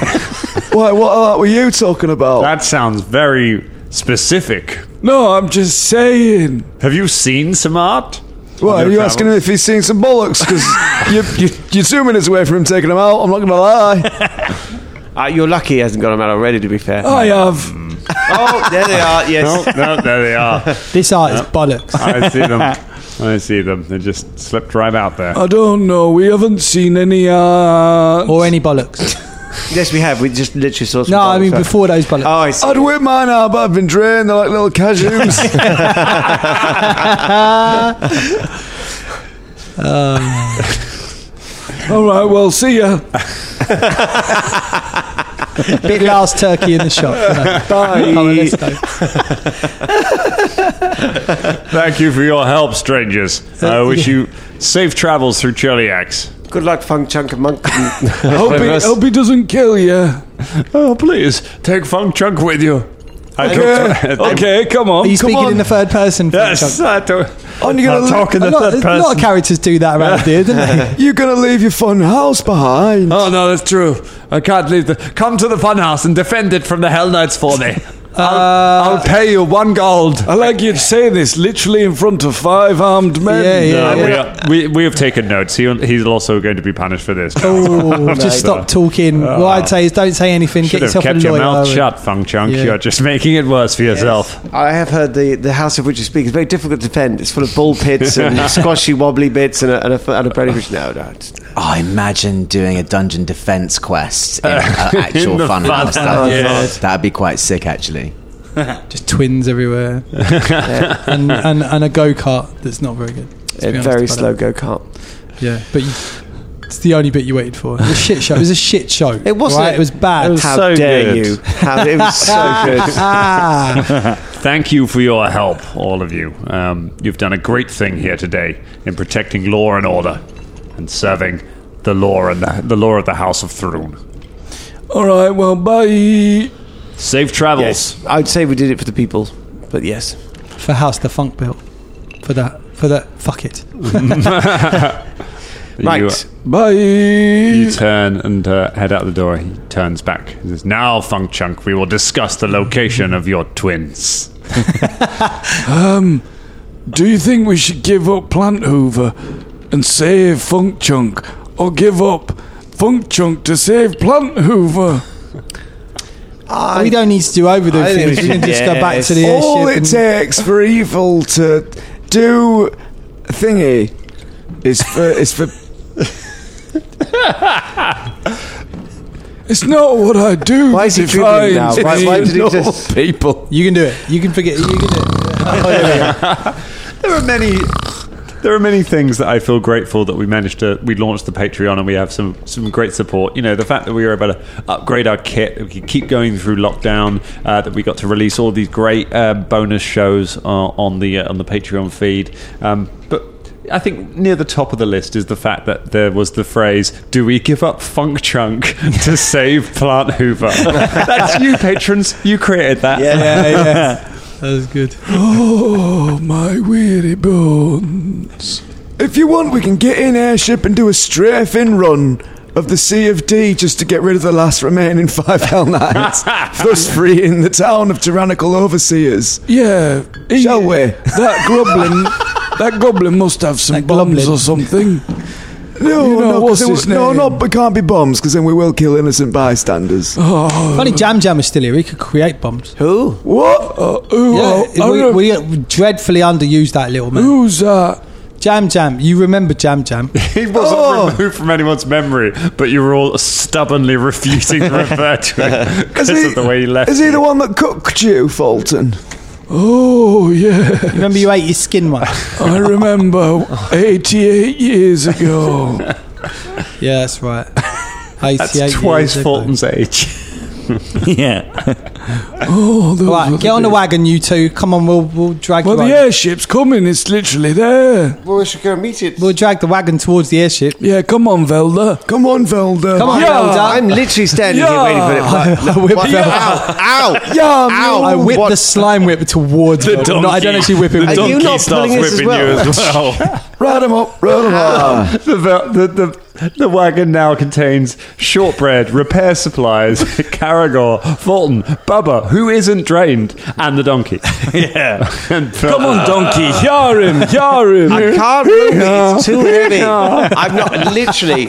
[SPEAKER 3] Why, what art were you talking about?
[SPEAKER 6] that sounds very specific.
[SPEAKER 7] No, I'm just saying.
[SPEAKER 6] Have you seen some art?
[SPEAKER 3] What,
[SPEAKER 6] Your
[SPEAKER 3] are you
[SPEAKER 6] travels.
[SPEAKER 3] asking him if he's seen some bollocks? Because <laughs> you, you, you're two minutes away from him taking them out, I'm not going to lie.
[SPEAKER 5] Uh, you're lucky he hasn't got him out already, to be fair.
[SPEAKER 7] I have.
[SPEAKER 6] them.
[SPEAKER 5] Oh, there they are.
[SPEAKER 6] No,
[SPEAKER 8] <laughs>
[SPEAKER 5] Yes.
[SPEAKER 6] no, there they <laughs> are.
[SPEAKER 8] This art is bollocks.
[SPEAKER 6] I see <laughs> them. I see them. They just slipped right out there.
[SPEAKER 7] I don't know. We haven't seen any uh, art.
[SPEAKER 8] Or any bollocks.
[SPEAKER 5] Yes, we have. We just literally saw. Some
[SPEAKER 8] No, I
[SPEAKER 5] bottles
[SPEAKER 8] mean
[SPEAKER 5] there.
[SPEAKER 8] before those
[SPEAKER 5] Oh,
[SPEAKER 8] bollocks.
[SPEAKER 5] I see.
[SPEAKER 3] I'd whip mine out, but I've been drained. They're like little
[SPEAKER 8] <laughs>
[SPEAKER 3] cashews.
[SPEAKER 7] Um, All right, well, see ya.
[SPEAKER 8] Big last turkey in
[SPEAKER 7] <laughs>
[SPEAKER 8] the shop. you know. Come on, let's go.
[SPEAKER 6] Thank you for your help, strangers. I wish uh, you safe travels through Cheliax.
[SPEAKER 5] Good luck, Funk Chunk and
[SPEAKER 8] <laughs>
[SPEAKER 5] Monk.
[SPEAKER 7] Hope he, hope he doesn't kill you.
[SPEAKER 6] Oh, please take Funk Chunk with you. I <laughs>
[SPEAKER 7] Okay, okay, come on.
[SPEAKER 8] Are you
[SPEAKER 7] come
[SPEAKER 8] speaking
[SPEAKER 7] on.
[SPEAKER 8] in the third person? for
[SPEAKER 6] Yes,
[SPEAKER 8] the
[SPEAKER 6] I do.
[SPEAKER 3] and you're
[SPEAKER 6] I'm
[SPEAKER 3] gonna,
[SPEAKER 6] talking
[SPEAKER 8] a
[SPEAKER 6] the
[SPEAKER 8] lot,
[SPEAKER 6] third
[SPEAKER 8] a lot of
[SPEAKER 6] person.
[SPEAKER 8] characters do that around here,
[SPEAKER 6] <laughs>
[SPEAKER 8] don't they?
[SPEAKER 3] you're gonna leave your fun house behind.
[SPEAKER 6] Oh no, that's true. I can't leave the. Come to the funhouse and defend it from the Hell Knights for me.
[SPEAKER 8] Uh,
[SPEAKER 6] I'll, I'll pay you one gold.
[SPEAKER 7] I like you to say this literally in front of five armed men.
[SPEAKER 8] Yeah, yeah.
[SPEAKER 6] No, we, are, we, we have taken notes. He, he's also going to be punished for this.
[SPEAKER 8] Oh, just stop talking. what I'd say is don't say anything.
[SPEAKER 6] Should
[SPEAKER 8] Get
[SPEAKER 6] have
[SPEAKER 8] yourself
[SPEAKER 6] kept
[SPEAKER 8] a
[SPEAKER 6] your
[SPEAKER 8] lawyer.
[SPEAKER 6] mouth shut, Fung Chunk.
[SPEAKER 8] Yeah.
[SPEAKER 6] You're just <laughs> making it worse for yourself.
[SPEAKER 5] I have heard the, the house of which you speak is very difficult to defend. It's full of ball pits and squashy wobbly bits and a, and a, and a bread which no, no. it's-
[SPEAKER 9] I Oh, imagine doing a dungeon defense quest in an
[SPEAKER 6] In
[SPEAKER 9] actual
[SPEAKER 6] the
[SPEAKER 9] funhouse.
[SPEAKER 6] fun
[SPEAKER 9] That,
[SPEAKER 6] house.
[SPEAKER 9] That'd be quite sick, actually.
[SPEAKER 8] Just
[SPEAKER 6] <laughs>
[SPEAKER 8] twins everywhere. and, and, and a go kart that's not very good. Let's be
[SPEAKER 5] A
[SPEAKER 8] honest
[SPEAKER 5] very
[SPEAKER 7] uh,
[SPEAKER 8] about
[SPEAKER 5] slow
[SPEAKER 8] it.
[SPEAKER 5] go kart.
[SPEAKER 8] Yeah, but you, it's the only bit you waited for. It was a shit show. It was a shit show.
[SPEAKER 5] It wasn't.
[SPEAKER 8] Right? It was bad.
[SPEAKER 5] How
[SPEAKER 4] so
[SPEAKER 5] dare
[SPEAKER 4] good.
[SPEAKER 5] you? How, it was so good.
[SPEAKER 8] ah,
[SPEAKER 6] Thank you for your help, all of you. Um, you've done a great thing here today in protecting law and order and serving the law and the, the law of the House of Throne.
[SPEAKER 7] All right, well, bye.
[SPEAKER 6] Safe travels.
[SPEAKER 5] Yes, I'd say we did it for the people, but yes.
[SPEAKER 8] for House the Funk built. For that. For that. Fuck it.
[SPEAKER 5] Right.
[SPEAKER 6] You,
[SPEAKER 7] Bye.
[SPEAKER 6] you turn and uh, head out the door. He turns back. He says, "Now, Funk Chunk, we will discuss the location of your twins."
[SPEAKER 7] Do you think we should give up Plant Hoover and save Funk Chunk, or give up Funk Chunk to save Plant Hoover?
[SPEAKER 8] we don't need to do over the
[SPEAKER 5] I think
[SPEAKER 8] things.
[SPEAKER 5] we
[SPEAKER 8] We can
[SPEAKER 5] should-
[SPEAKER 8] just go back to
[SPEAKER 5] yes.
[SPEAKER 8] the airship.
[SPEAKER 3] All it
[SPEAKER 8] and-
[SPEAKER 3] takes for evil to do thingy is for is
[SPEAKER 8] <laughs>
[SPEAKER 3] for
[SPEAKER 7] It's not what I do.
[SPEAKER 5] Why is he
[SPEAKER 7] that
[SPEAKER 5] dribbling now?
[SPEAKER 7] defines
[SPEAKER 5] Why,
[SPEAKER 7] me.
[SPEAKER 5] why did he just?
[SPEAKER 3] people.
[SPEAKER 8] you can do it. You can forget. You can do it.
[SPEAKER 6] There are many. There are many things that I feel grateful that we managed to. We launched the Patreon and we have some some great support. You know, the fact that we were able to upgrade our kit, that we could keep going through lockdown, uh, that we got to release all these great uh, bonus shows uh, on the uh, on the Patreon feed. Um, but I think near the top of the list is the fact that there was the phrase, "Do we give up Funk Chunk <laughs> to save Plant Hoover?" That's you, patrons. You created that.
[SPEAKER 8] Yeah, yeah. That was good.
[SPEAKER 7] Oh, my weary bone.
[SPEAKER 3] If you want, we can get in airship and do a strafe in run of the Sea of D just to get rid of the last remaining <laughs> five Hell
[SPEAKER 6] <laughs>
[SPEAKER 3] Knights, thus freeing the town of tyrannical overseers.
[SPEAKER 7] Yeah. he-
[SPEAKER 3] Shall we?
[SPEAKER 7] That goblin. That goblin must have some
[SPEAKER 8] That
[SPEAKER 7] bombs
[SPEAKER 8] goblin.
[SPEAKER 7] or something.
[SPEAKER 3] No,
[SPEAKER 7] You know,
[SPEAKER 3] no,
[SPEAKER 7] what's
[SPEAKER 3] 'cause
[SPEAKER 7] his
[SPEAKER 3] it, no,
[SPEAKER 7] name?
[SPEAKER 3] no, but it can't be bombs because then we will kill innocent bystanders.
[SPEAKER 7] Ah,
[SPEAKER 8] Funny, Jam Jam is still here. He could create bombs.
[SPEAKER 5] Who?
[SPEAKER 3] What?
[SPEAKER 7] Who?
[SPEAKER 8] Yeah,
[SPEAKER 7] oh, I
[SPEAKER 8] we,
[SPEAKER 7] don't-
[SPEAKER 8] we dreadfully underused that little man.
[SPEAKER 7] who's that?
[SPEAKER 8] Jam Jam, you remember Jam Jam?
[SPEAKER 6] He wasn't
[SPEAKER 3] Oh.
[SPEAKER 6] removed from anyone's memory, but you were all stubbornly refusing to refer to him
[SPEAKER 3] <laughs>
[SPEAKER 6] because
[SPEAKER 3] Is he-
[SPEAKER 6] of the way he left.
[SPEAKER 3] Is he
[SPEAKER 6] you.
[SPEAKER 3] the one that cooked you, Fulton?
[SPEAKER 7] Oh, yeah.
[SPEAKER 8] remember you ate your skin once?
[SPEAKER 7] I remember 88 years ago.
[SPEAKER 8] yeah, that's right. 88
[SPEAKER 6] That's
[SPEAKER 8] years
[SPEAKER 6] twice
[SPEAKER 8] ago.
[SPEAKER 6] Fulton's age.
[SPEAKER 4] yeah.
[SPEAKER 7] Oh, those were
[SPEAKER 8] Right, get on the
[SPEAKER 7] days.
[SPEAKER 8] wagon, you two. Come on, we'll we'll drag
[SPEAKER 7] Well,
[SPEAKER 8] the
[SPEAKER 7] the
[SPEAKER 8] wagon.
[SPEAKER 7] airship's coming. It's literally there.
[SPEAKER 5] Well, we should go meet it.
[SPEAKER 8] We'll drag the wagon towards the airship.
[SPEAKER 7] Yeah, come on, Velda.
[SPEAKER 3] Come on, Velda.
[SPEAKER 8] Come on,
[SPEAKER 7] Yeah,
[SPEAKER 8] Velda.
[SPEAKER 5] I'm literally standing
[SPEAKER 7] Yeah.
[SPEAKER 5] here waiting for it.
[SPEAKER 8] <laughs>
[SPEAKER 5] What-
[SPEAKER 7] <laughs>
[SPEAKER 5] what-
[SPEAKER 8] yeah.
[SPEAKER 5] Ow! Ow!
[SPEAKER 3] Yum,
[SPEAKER 5] Ow!
[SPEAKER 8] I whip
[SPEAKER 5] What-
[SPEAKER 8] the slime whip towards the
[SPEAKER 4] donkey.
[SPEAKER 8] No, I don't actually whip it.
[SPEAKER 4] The
[SPEAKER 8] with-
[SPEAKER 5] you
[SPEAKER 4] donkey
[SPEAKER 5] not
[SPEAKER 4] starts
[SPEAKER 5] pulling
[SPEAKER 4] whipping
[SPEAKER 5] this as
[SPEAKER 4] you
[SPEAKER 5] well?
[SPEAKER 4] as well.
[SPEAKER 3] Rat him up, rat
[SPEAKER 5] <laughs>
[SPEAKER 3] him up.
[SPEAKER 6] the, ve- the, the, the wagon now contains shortbread, repair supplies, <laughs> Caragor, Fulton, Bubba, who isn't drained, and
[SPEAKER 3] <laughs>
[SPEAKER 6] the donkey.
[SPEAKER 4] yeah.
[SPEAKER 6] <laughs> And
[SPEAKER 7] Come on, donkey. Yar him, yar him.
[SPEAKER 8] <laughs>
[SPEAKER 5] I can't move it. It's too heavy. I'm not literally.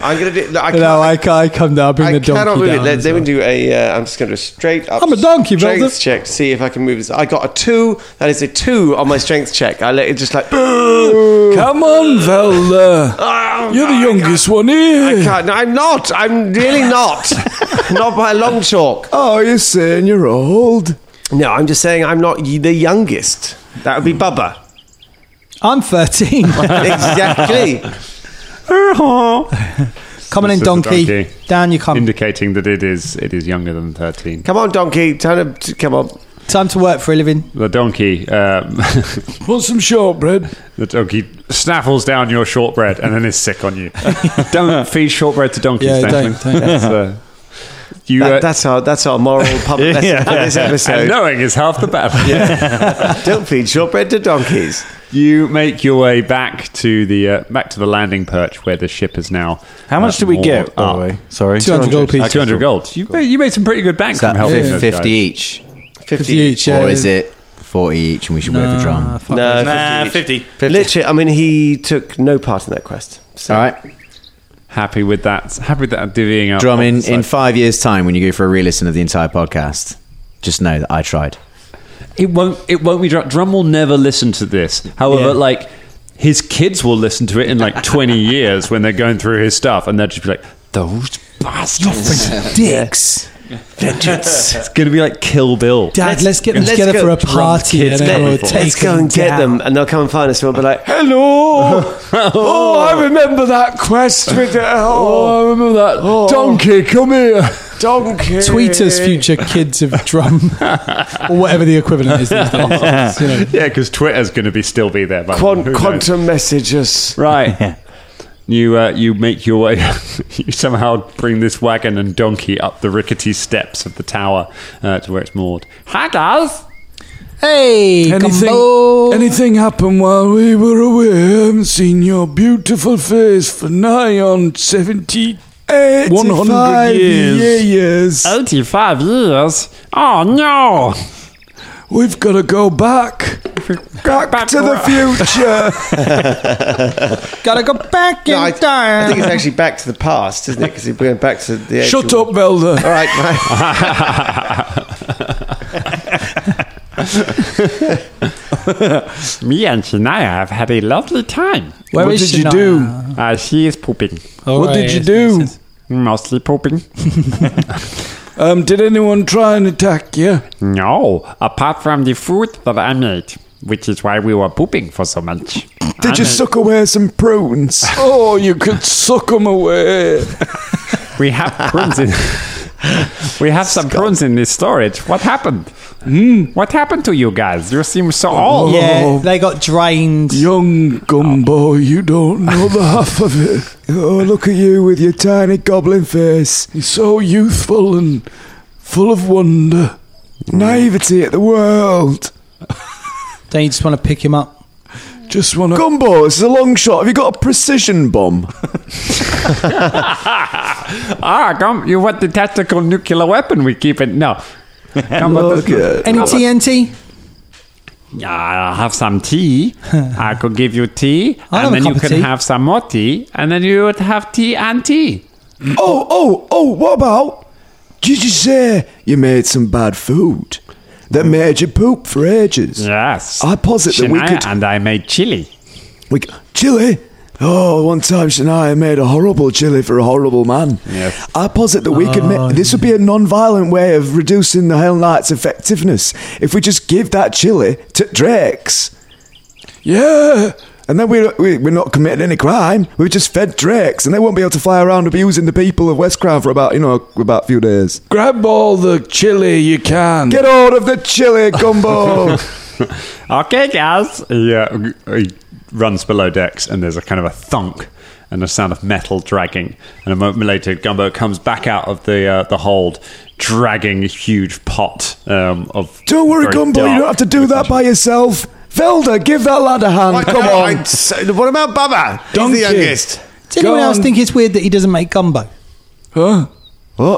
[SPEAKER 5] I'm gonna do. I can't,
[SPEAKER 8] No, I, ca- I come down. I bring
[SPEAKER 5] I
[SPEAKER 8] the
[SPEAKER 5] cannot
[SPEAKER 8] donkey
[SPEAKER 5] move
[SPEAKER 8] down.
[SPEAKER 5] it. Let,
[SPEAKER 8] as
[SPEAKER 5] let me
[SPEAKER 8] well.
[SPEAKER 5] do a. Uh, I'm just going to straight up.
[SPEAKER 8] I'm a donkey,
[SPEAKER 5] Strength
[SPEAKER 8] brother.
[SPEAKER 5] check. to See if I can move this. I got a two. That is a two on my strength check. I let it just
[SPEAKER 8] <laughs>
[SPEAKER 5] like. You're
[SPEAKER 7] Come on, Velda. You're the youngest one
[SPEAKER 5] I
[SPEAKER 7] here.
[SPEAKER 5] Oh, can't. No, I'm not. I'm really not. <laughs> not by a long chalk.
[SPEAKER 3] Oh, you're saying you're old?
[SPEAKER 5] No, I'm just saying I'm not y- the youngest. That would be
[SPEAKER 8] <laughs>
[SPEAKER 5] Bubba.
[SPEAKER 8] I'm 13.
[SPEAKER 5] <laughs> Exactly.
[SPEAKER 8] Coming
[SPEAKER 6] This
[SPEAKER 8] in,
[SPEAKER 6] is the
[SPEAKER 8] donkey.
[SPEAKER 6] donkey.
[SPEAKER 8] Down you come.
[SPEAKER 6] indicating that it is it is younger than thirteen.
[SPEAKER 5] come on, donkey. Turn up. Come on.
[SPEAKER 8] Time to work for a living.
[SPEAKER 6] The donkey, um, <laughs>
[SPEAKER 7] Want some shortbread?
[SPEAKER 6] the donkey oh, snaffles down your shortbread and then is sick on you. don't feed shortbread to donkeys.
[SPEAKER 8] Yeah,
[SPEAKER 6] Benjamin.
[SPEAKER 8] don't- don't.
[SPEAKER 6] That's, uh, you.
[SPEAKER 5] That,
[SPEAKER 6] uh,
[SPEAKER 5] that's our that's our moral
[SPEAKER 7] <laughs>
[SPEAKER 5] public lesson for this
[SPEAKER 6] and
[SPEAKER 5] episode.
[SPEAKER 6] knowing is half the battle.
[SPEAKER 5] Don't feed shortbread to donkeys.
[SPEAKER 6] <laughs> You make your way back to the uh, back to the landing perch where the ship is now.
[SPEAKER 4] How much do
[SPEAKER 6] uh,
[SPEAKER 4] we
[SPEAKER 6] moored
[SPEAKER 4] get, by the
[SPEAKER 6] up.
[SPEAKER 4] way? Sorry.
[SPEAKER 8] 200 gold piece.
[SPEAKER 6] Two hundred gold. You made, you made some pretty good bank
[SPEAKER 9] Is
[SPEAKER 6] from
[SPEAKER 9] that
[SPEAKER 6] helping
[SPEAKER 9] fif-
[SPEAKER 6] those
[SPEAKER 9] 50
[SPEAKER 6] guys.
[SPEAKER 9] each?
[SPEAKER 8] 50 each. yeah.
[SPEAKER 9] Or is it 40 each and we should wait for drum?
[SPEAKER 8] fuck
[SPEAKER 5] No,
[SPEAKER 4] Nah, 50.
[SPEAKER 5] Literally, I mean, he took no part in that quest. So.
[SPEAKER 9] All right.
[SPEAKER 6] Happy with that. Happy with that divvying up.
[SPEAKER 9] Drum in, in five years' time when you go for a re listen of the entire podcast. Just know that I tried.
[SPEAKER 6] It won't. It won't be drum. Drum will never listen to this. However, like his kids will listen to it in like
[SPEAKER 7] <laughs>
[SPEAKER 6] twenty years when they're going through his stuff, and they'll just be like, "Those bastards,
[SPEAKER 8] Dicks.
[SPEAKER 6] <laughs> It's gonna be like Kill Bill.
[SPEAKER 8] Dad, let's, get them
[SPEAKER 5] let's
[SPEAKER 8] together
[SPEAKER 5] go.
[SPEAKER 8] for a party and then we'll
[SPEAKER 5] Let,
[SPEAKER 8] take
[SPEAKER 5] let's go and get
[SPEAKER 8] down.
[SPEAKER 5] them, and they'll come and find us, and we'll be like, <laughs>
[SPEAKER 7] Hello. oh, I remember that quest with the. <laughs> Oh, I remember that. Donkey, come here. Donkey.
[SPEAKER 8] Tweet us, future kids of
[SPEAKER 5] <laughs>
[SPEAKER 8] drum, or whatever the equivalent is. These days. You know.
[SPEAKER 6] Yeah, because Twitter's gonna be still be there. By then. Who
[SPEAKER 7] Quant-
[SPEAKER 6] knows?
[SPEAKER 7] quantum messages. <laughs>
[SPEAKER 6] Right. You uh, you make your way. <laughs> you somehow bring this wagon and donkey up the rickety steps of the tower uh, to where it's moored. Hi guys.
[SPEAKER 8] Hey,
[SPEAKER 7] Anything,
[SPEAKER 8] Gumbo.
[SPEAKER 7] anything happened while we were away? I haven't seen your beautiful face for nigh on 70, 100 years.
[SPEAKER 8] years.
[SPEAKER 6] Eighty-five years. Oh no.
[SPEAKER 7] We've got to go back.
[SPEAKER 3] Back, to the future.
[SPEAKER 8] Gotta go back in
[SPEAKER 5] No, I,
[SPEAKER 8] time.
[SPEAKER 5] I think it's actually back to the past, isn't it? Because we're going back to the. Actual,
[SPEAKER 7] Shut up, Velda.
[SPEAKER 5] All right, right.
[SPEAKER 6] Me and Shania have had a lovely time.
[SPEAKER 8] Where
[SPEAKER 7] what
[SPEAKER 8] is
[SPEAKER 7] did you
[SPEAKER 8] Shania?
[SPEAKER 7] do?
[SPEAKER 6] Uh, she is pooping.
[SPEAKER 8] All
[SPEAKER 7] What did you
[SPEAKER 8] yes,
[SPEAKER 7] do?
[SPEAKER 8] yes, yes.
[SPEAKER 6] Mostly pooping.
[SPEAKER 7] Um, did anyone try and attack you?
[SPEAKER 6] No, apart from the food that I made, which is why we were pooping for so much.
[SPEAKER 3] Did you suck away some
[SPEAKER 7] <laughs>
[SPEAKER 3] prunes?
[SPEAKER 7] Oh, you could suck them away.
[SPEAKER 6] We have prunes in. we have some prunes in this storage. What happened? What happened to you guys? You seem so old.
[SPEAKER 8] Yeah, they got drained.
[SPEAKER 7] Young Gumbo, you don't know the half of it.
[SPEAKER 3] Oh, look at you with your tiny goblin face.
[SPEAKER 7] You're so youthful and full of wonder.
[SPEAKER 3] Naivety at the world.
[SPEAKER 8] Don't you just want to pick him up?
[SPEAKER 7] Just want to
[SPEAKER 3] Gumbo, this is a long shot. Have you got a precision bomb?
[SPEAKER 6] Ah, come! You want the tactical nuclear weapon we keep it? No. Come on,
[SPEAKER 3] Look at
[SPEAKER 8] Any TNT?
[SPEAKER 6] I have some tea. I could give you tea,
[SPEAKER 8] I'll have
[SPEAKER 6] and
[SPEAKER 8] a
[SPEAKER 6] then
[SPEAKER 8] cup
[SPEAKER 6] you
[SPEAKER 8] of
[SPEAKER 6] can
[SPEAKER 8] tea.
[SPEAKER 6] have some more tea, and then you would have tea and tea.
[SPEAKER 3] Oh, oh, oh, what about? Did you say you made some bad food that made you poop for ages?
[SPEAKER 6] Yes.
[SPEAKER 3] I posit that we
[SPEAKER 6] Shania
[SPEAKER 3] could-
[SPEAKER 6] and I made chili.
[SPEAKER 3] We, c- chili? Oh, one time Shania made a horrible chili for a horrible man. I posit that we could
[SPEAKER 7] Oh,
[SPEAKER 3] make. This would be a non violent way of reducing the Hell Knight's effectiveness if we just give that chili to Drake's.
[SPEAKER 7] Yeah.
[SPEAKER 3] And then we're, we- we're not committing any crime. We've just fed Drake's, and they won't be able to fly around abusing the people of West Crown for about, you know, about a few days.
[SPEAKER 7] Grab all the chili you can.
[SPEAKER 3] Get hold of the chili, Gumbo!
[SPEAKER 7] <laughs>
[SPEAKER 6] Okay, guys. He, uh, he runs below decks, and there's a kind of a thunk and a sound of metal dragging. And a moment later, Gumbo comes back out of the uh, the hold, dragging a huge pot um, of.
[SPEAKER 3] don't worry,
[SPEAKER 6] very
[SPEAKER 3] Gumbo, you
[SPEAKER 6] dark
[SPEAKER 3] don't have to do that by yourself. Velda, give that lad a hand. Come
[SPEAKER 5] No,
[SPEAKER 3] on.
[SPEAKER 5] I'd say- what about Bubba? He's
[SPEAKER 7] Donkey.
[SPEAKER 5] the youngest.
[SPEAKER 8] Does anyone
[SPEAKER 7] Go
[SPEAKER 8] else
[SPEAKER 7] on.
[SPEAKER 8] think it's weird that he doesn't make gumbo?
[SPEAKER 7] Huh?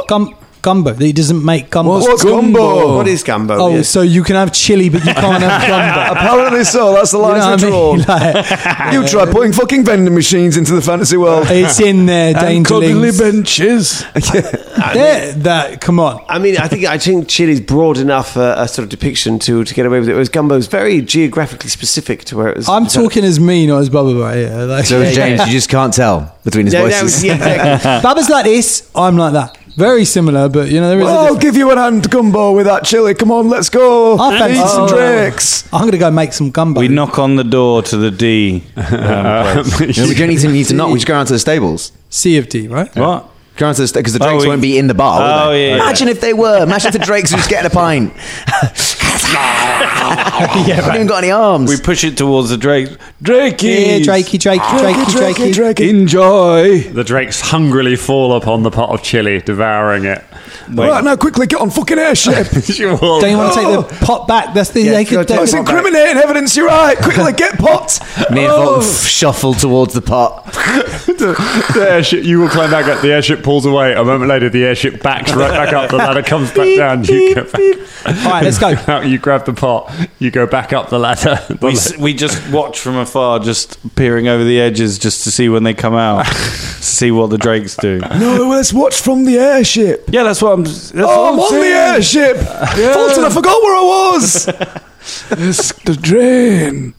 [SPEAKER 8] Gum- gumbo. That he doesn't make gumbo.
[SPEAKER 5] What's gumbo? What
[SPEAKER 7] <laughs>
[SPEAKER 5] is gumbo?
[SPEAKER 8] Oh,
[SPEAKER 5] Yeah.
[SPEAKER 8] so you can have chili, but you
[SPEAKER 9] <laughs>
[SPEAKER 8] can't have gumbo.
[SPEAKER 7] Apparently so. That's the
[SPEAKER 8] You
[SPEAKER 7] lines
[SPEAKER 8] know what I
[SPEAKER 7] we draw.
[SPEAKER 8] mean? Like,
[SPEAKER 7] you try putting fucking vending machines into the fantasy world.
[SPEAKER 8] it's in there,
[SPEAKER 10] And cuddly
[SPEAKER 8] dangerlings.
[SPEAKER 10] benches.
[SPEAKER 8] Yeah, that. Come on.
[SPEAKER 5] I mean, I think I think Chile's broad enough uh, a sort of depiction to, to get away with it. Whereas Gumbo's very geographically specific to where it was.
[SPEAKER 8] I'm
[SPEAKER 5] developed.
[SPEAKER 8] talking as me, not as Bubba right here. Like,
[SPEAKER 9] So James, you just can't tell between his
[SPEAKER 5] No, no,
[SPEAKER 9] voices.
[SPEAKER 5] yeah, exactly. <laughs>
[SPEAKER 8] Bubba's like this. I'm like that. Very similar, but you know there is.
[SPEAKER 7] Well,
[SPEAKER 8] a
[SPEAKER 7] I'll
[SPEAKER 8] difference.
[SPEAKER 7] give you an hand gumbo with that chili. Come on, let's go.
[SPEAKER 8] I
[SPEAKER 7] Eat
[SPEAKER 8] fancy-
[SPEAKER 7] some
[SPEAKER 8] Oh.
[SPEAKER 7] drinks.
[SPEAKER 8] I'm gonna go make some gumbo.
[SPEAKER 3] We knock on the door to the D.
[SPEAKER 9] <laughs> You know, we don't need to need to knock. We just go around to the stables.
[SPEAKER 8] C of D, right?
[SPEAKER 3] What?
[SPEAKER 9] Go around to the sta- because the drakes
[SPEAKER 3] Oh, we-
[SPEAKER 9] won't be in the bar. will
[SPEAKER 3] Oh,
[SPEAKER 9] they?
[SPEAKER 3] yeah, yeah.
[SPEAKER 9] Imagine if they were. Imagine if the drakes were just getting a pint. <laughs> yeah, haven't even got any arms.
[SPEAKER 3] We push it towards the Drake. Drakey!
[SPEAKER 8] Yeah, Drakey, Drakey,
[SPEAKER 7] Ah,
[SPEAKER 8] Drakey, Drakey.
[SPEAKER 3] Enjoy!
[SPEAKER 6] The drakes hungrily fall upon the pot of chili, devouring it. <laughs>
[SPEAKER 7] Right now, quickly get on fucking airship.
[SPEAKER 8] <laughs> Don't you want to take
[SPEAKER 7] <laughs>
[SPEAKER 8] the pot back? That's the they could.
[SPEAKER 9] go
[SPEAKER 8] they-
[SPEAKER 7] It's incriminating evidence. You're right. Quickly get
[SPEAKER 8] <laughs>
[SPEAKER 7] popped. Oh.
[SPEAKER 9] Me and Fulton shuffle towards the pot.
[SPEAKER 6] the, <laughs> the airship, you will climb back up. The airship pulls away. A moment later, the airship backs right back up. The ladder comes back down. You go back.
[SPEAKER 8] All right, let's
[SPEAKER 6] <laughs>
[SPEAKER 8] go.
[SPEAKER 6] you grab the pot. You go back up the ladder. <laughs> The
[SPEAKER 3] We,
[SPEAKER 6] la-
[SPEAKER 3] s- we just watch from afar, just peering over the edges just to see when they come out, to see what the Drakes do.
[SPEAKER 7] No, let's watch from the airship.
[SPEAKER 3] Yeah, that's what I'm. That's
[SPEAKER 7] Oh, I'm
[SPEAKER 3] what
[SPEAKER 7] on the
[SPEAKER 10] <laughs>
[SPEAKER 3] saying.
[SPEAKER 7] airship. Fulton, I forgot where I was.
[SPEAKER 10] It's the drain.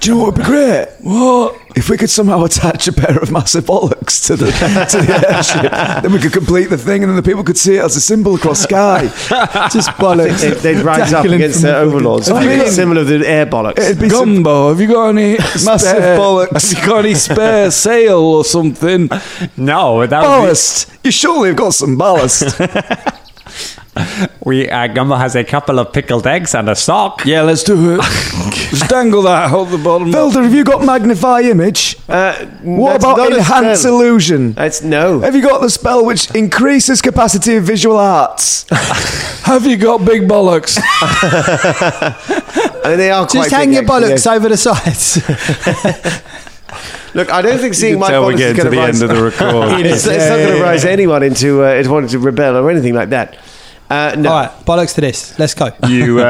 [SPEAKER 7] Do you know what would be great? What? If we could somehow attach a pair of massive bollocks to the, <laughs> to the airship, then we could complete the thing and then the people could see it as a symbol across
[SPEAKER 10] <laughs>
[SPEAKER 7] sky. Just bollocks.
[SPEAKER 5] They- They'd rise
[SPEAKER 8] <laughs>
[SPEAKER 5] up
[SPEAKER 8] Dangling
[SPEAKER 5] against
[SPEAKER 8] from
[SPEAKER 5] their
[SPEAKER 8] the fucking-
[SPEAKER 5] overlords.
[SPEAKER 7] I mean-
[SPEAKER 5] similar to the air bollocks.
[SPEAKER 7] It'd be some
[SPEAKER 10] Gumbo, have you got any
[SPEAKER 7] <laughs> massive
[SPEAKER 10] spare-
[SPEAKER 7] bollocks.
[SPEAKER 10] Have you got any
[SPEAKER 7] <laughs>
[SPEAKER 10] spare sail or something?
[SPEAKER 6] no, that was
[SPEAKER 7] ballast. You surely have got some ballast.
[SPEAKER 6] we. Uh, Gumbo has a couple of pickled eggs and a
[SPEAKER 10] <laughs>
[SPEAKER 6] sock.
[SPEAKER 10] Yeah, let's
[SPEAKER 7] <laughs>
[SPEAKER 10] do it. Just dangle that out the bottom.
[SPEAKER 7] Builder, have you got magnify image?
[SPEAKER 5] Uh,
[SPEAKER 7] What
[SPEAKER 5] that's
[SPEAKER 7] about
[SPEAKER 5] not a
[SPEAKER 7] enhance
[SPEAKER 5] spell.
[SPEAKER 7] illusion?
[SPEAKER 5] That's no.
[SPEAKER 7] Have you got the spell which increases capacity of visual arts?
[SPEAKER 10] <laughs> Have you got big
[SPEAKER 7] <laughs>
[SPEAKER 10] bollocks?
[SPEAKER 5] I mean, they are quite
[SPEAKER 8] Just hang
[SPEAKER 5] big,
[SPEAKER 8] your
[SPEAKER 5] actually,
[SPEAKER 8] bollocks over the sides.
[SPEAKER 5] yeah. Look, I don't think
[SPEAKER 3] You
[SPEAKER 5] seeing
[SPEAKER 3] can
[SPEAKER 5] my
[SPEAKER 3] tell
[SPEAKER 5] bollocks
[SPEAKER 3] we're
[SPEAKER 5] is
[SPEAKER 3] getting
[SPEAKER 5] going
[SPEAKER 3] to the end
[SPEAKER 5] rise.
[SPEAKER 3] of the
[SPEAKER 5] <laughs>
[SPEAKER 3] record.
[SPEAKER 5] it's, it's not going to rise anyone into uh, into wanting to rebel or anything like that. Uh, no.
[SPEAKER 8] All right, bollocks to this. Let's go.
[SPEAKER 6] You.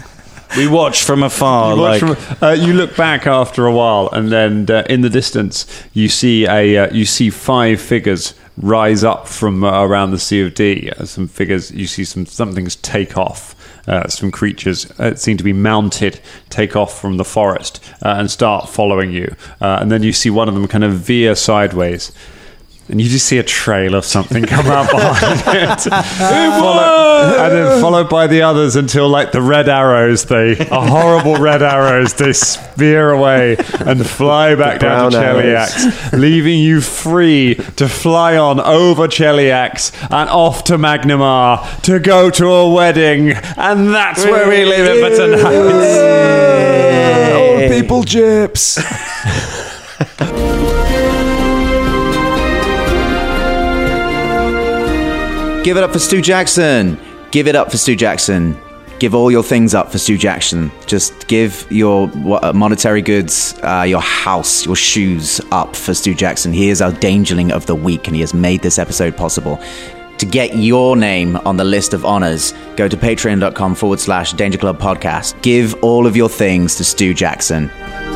[SPEAKER 6] <laughs> Uh,
[SPEAKER 3] we watch from afar,
[SPEAKER 6] You
[SPEAKER 3] like
[SPEAKER 6] watch from- uh, you look back after a while, and then uh, in the distance, you see a uh, you see five figures rise up from uh, around the Sea of D. Uh, some figures you see some something's take off. Uh, some creatures uh, seem to be mounted, take off from the forest uh, and start following you. Uh, and then you see one of them kind of veer sideways. And you just see a trail of something come out
[SPEAKER 5] <laughs>
[SPEAKER 6] behind it, Follow- and then followed by the others until, like the red arrows, they are horrible red arrows. They spear away and fly back down to
[SPEAKER 5] brown arrows.
[SPEAKER 6] Cheliax, leaving you free to fly on over Cheliax and off to Magnamar to go to a wedding, and that's where we leave it for tonight.
[SPEAKER 7] Old people japes.
[SPEAKER 9] Give it up for Stu Jackson. Give it up for Stu Jackson. Give all your things up for Stu Jackson. Just give your wa- uh, monetary goods, uh, your house, your shoes up for Stu Jackson. He is our Dangerling of the Week, and he has made this episode possible. To get your name on the list of honors, go to patreon.com forward slash danger club podcast. Give all of your things to Stu Jackson.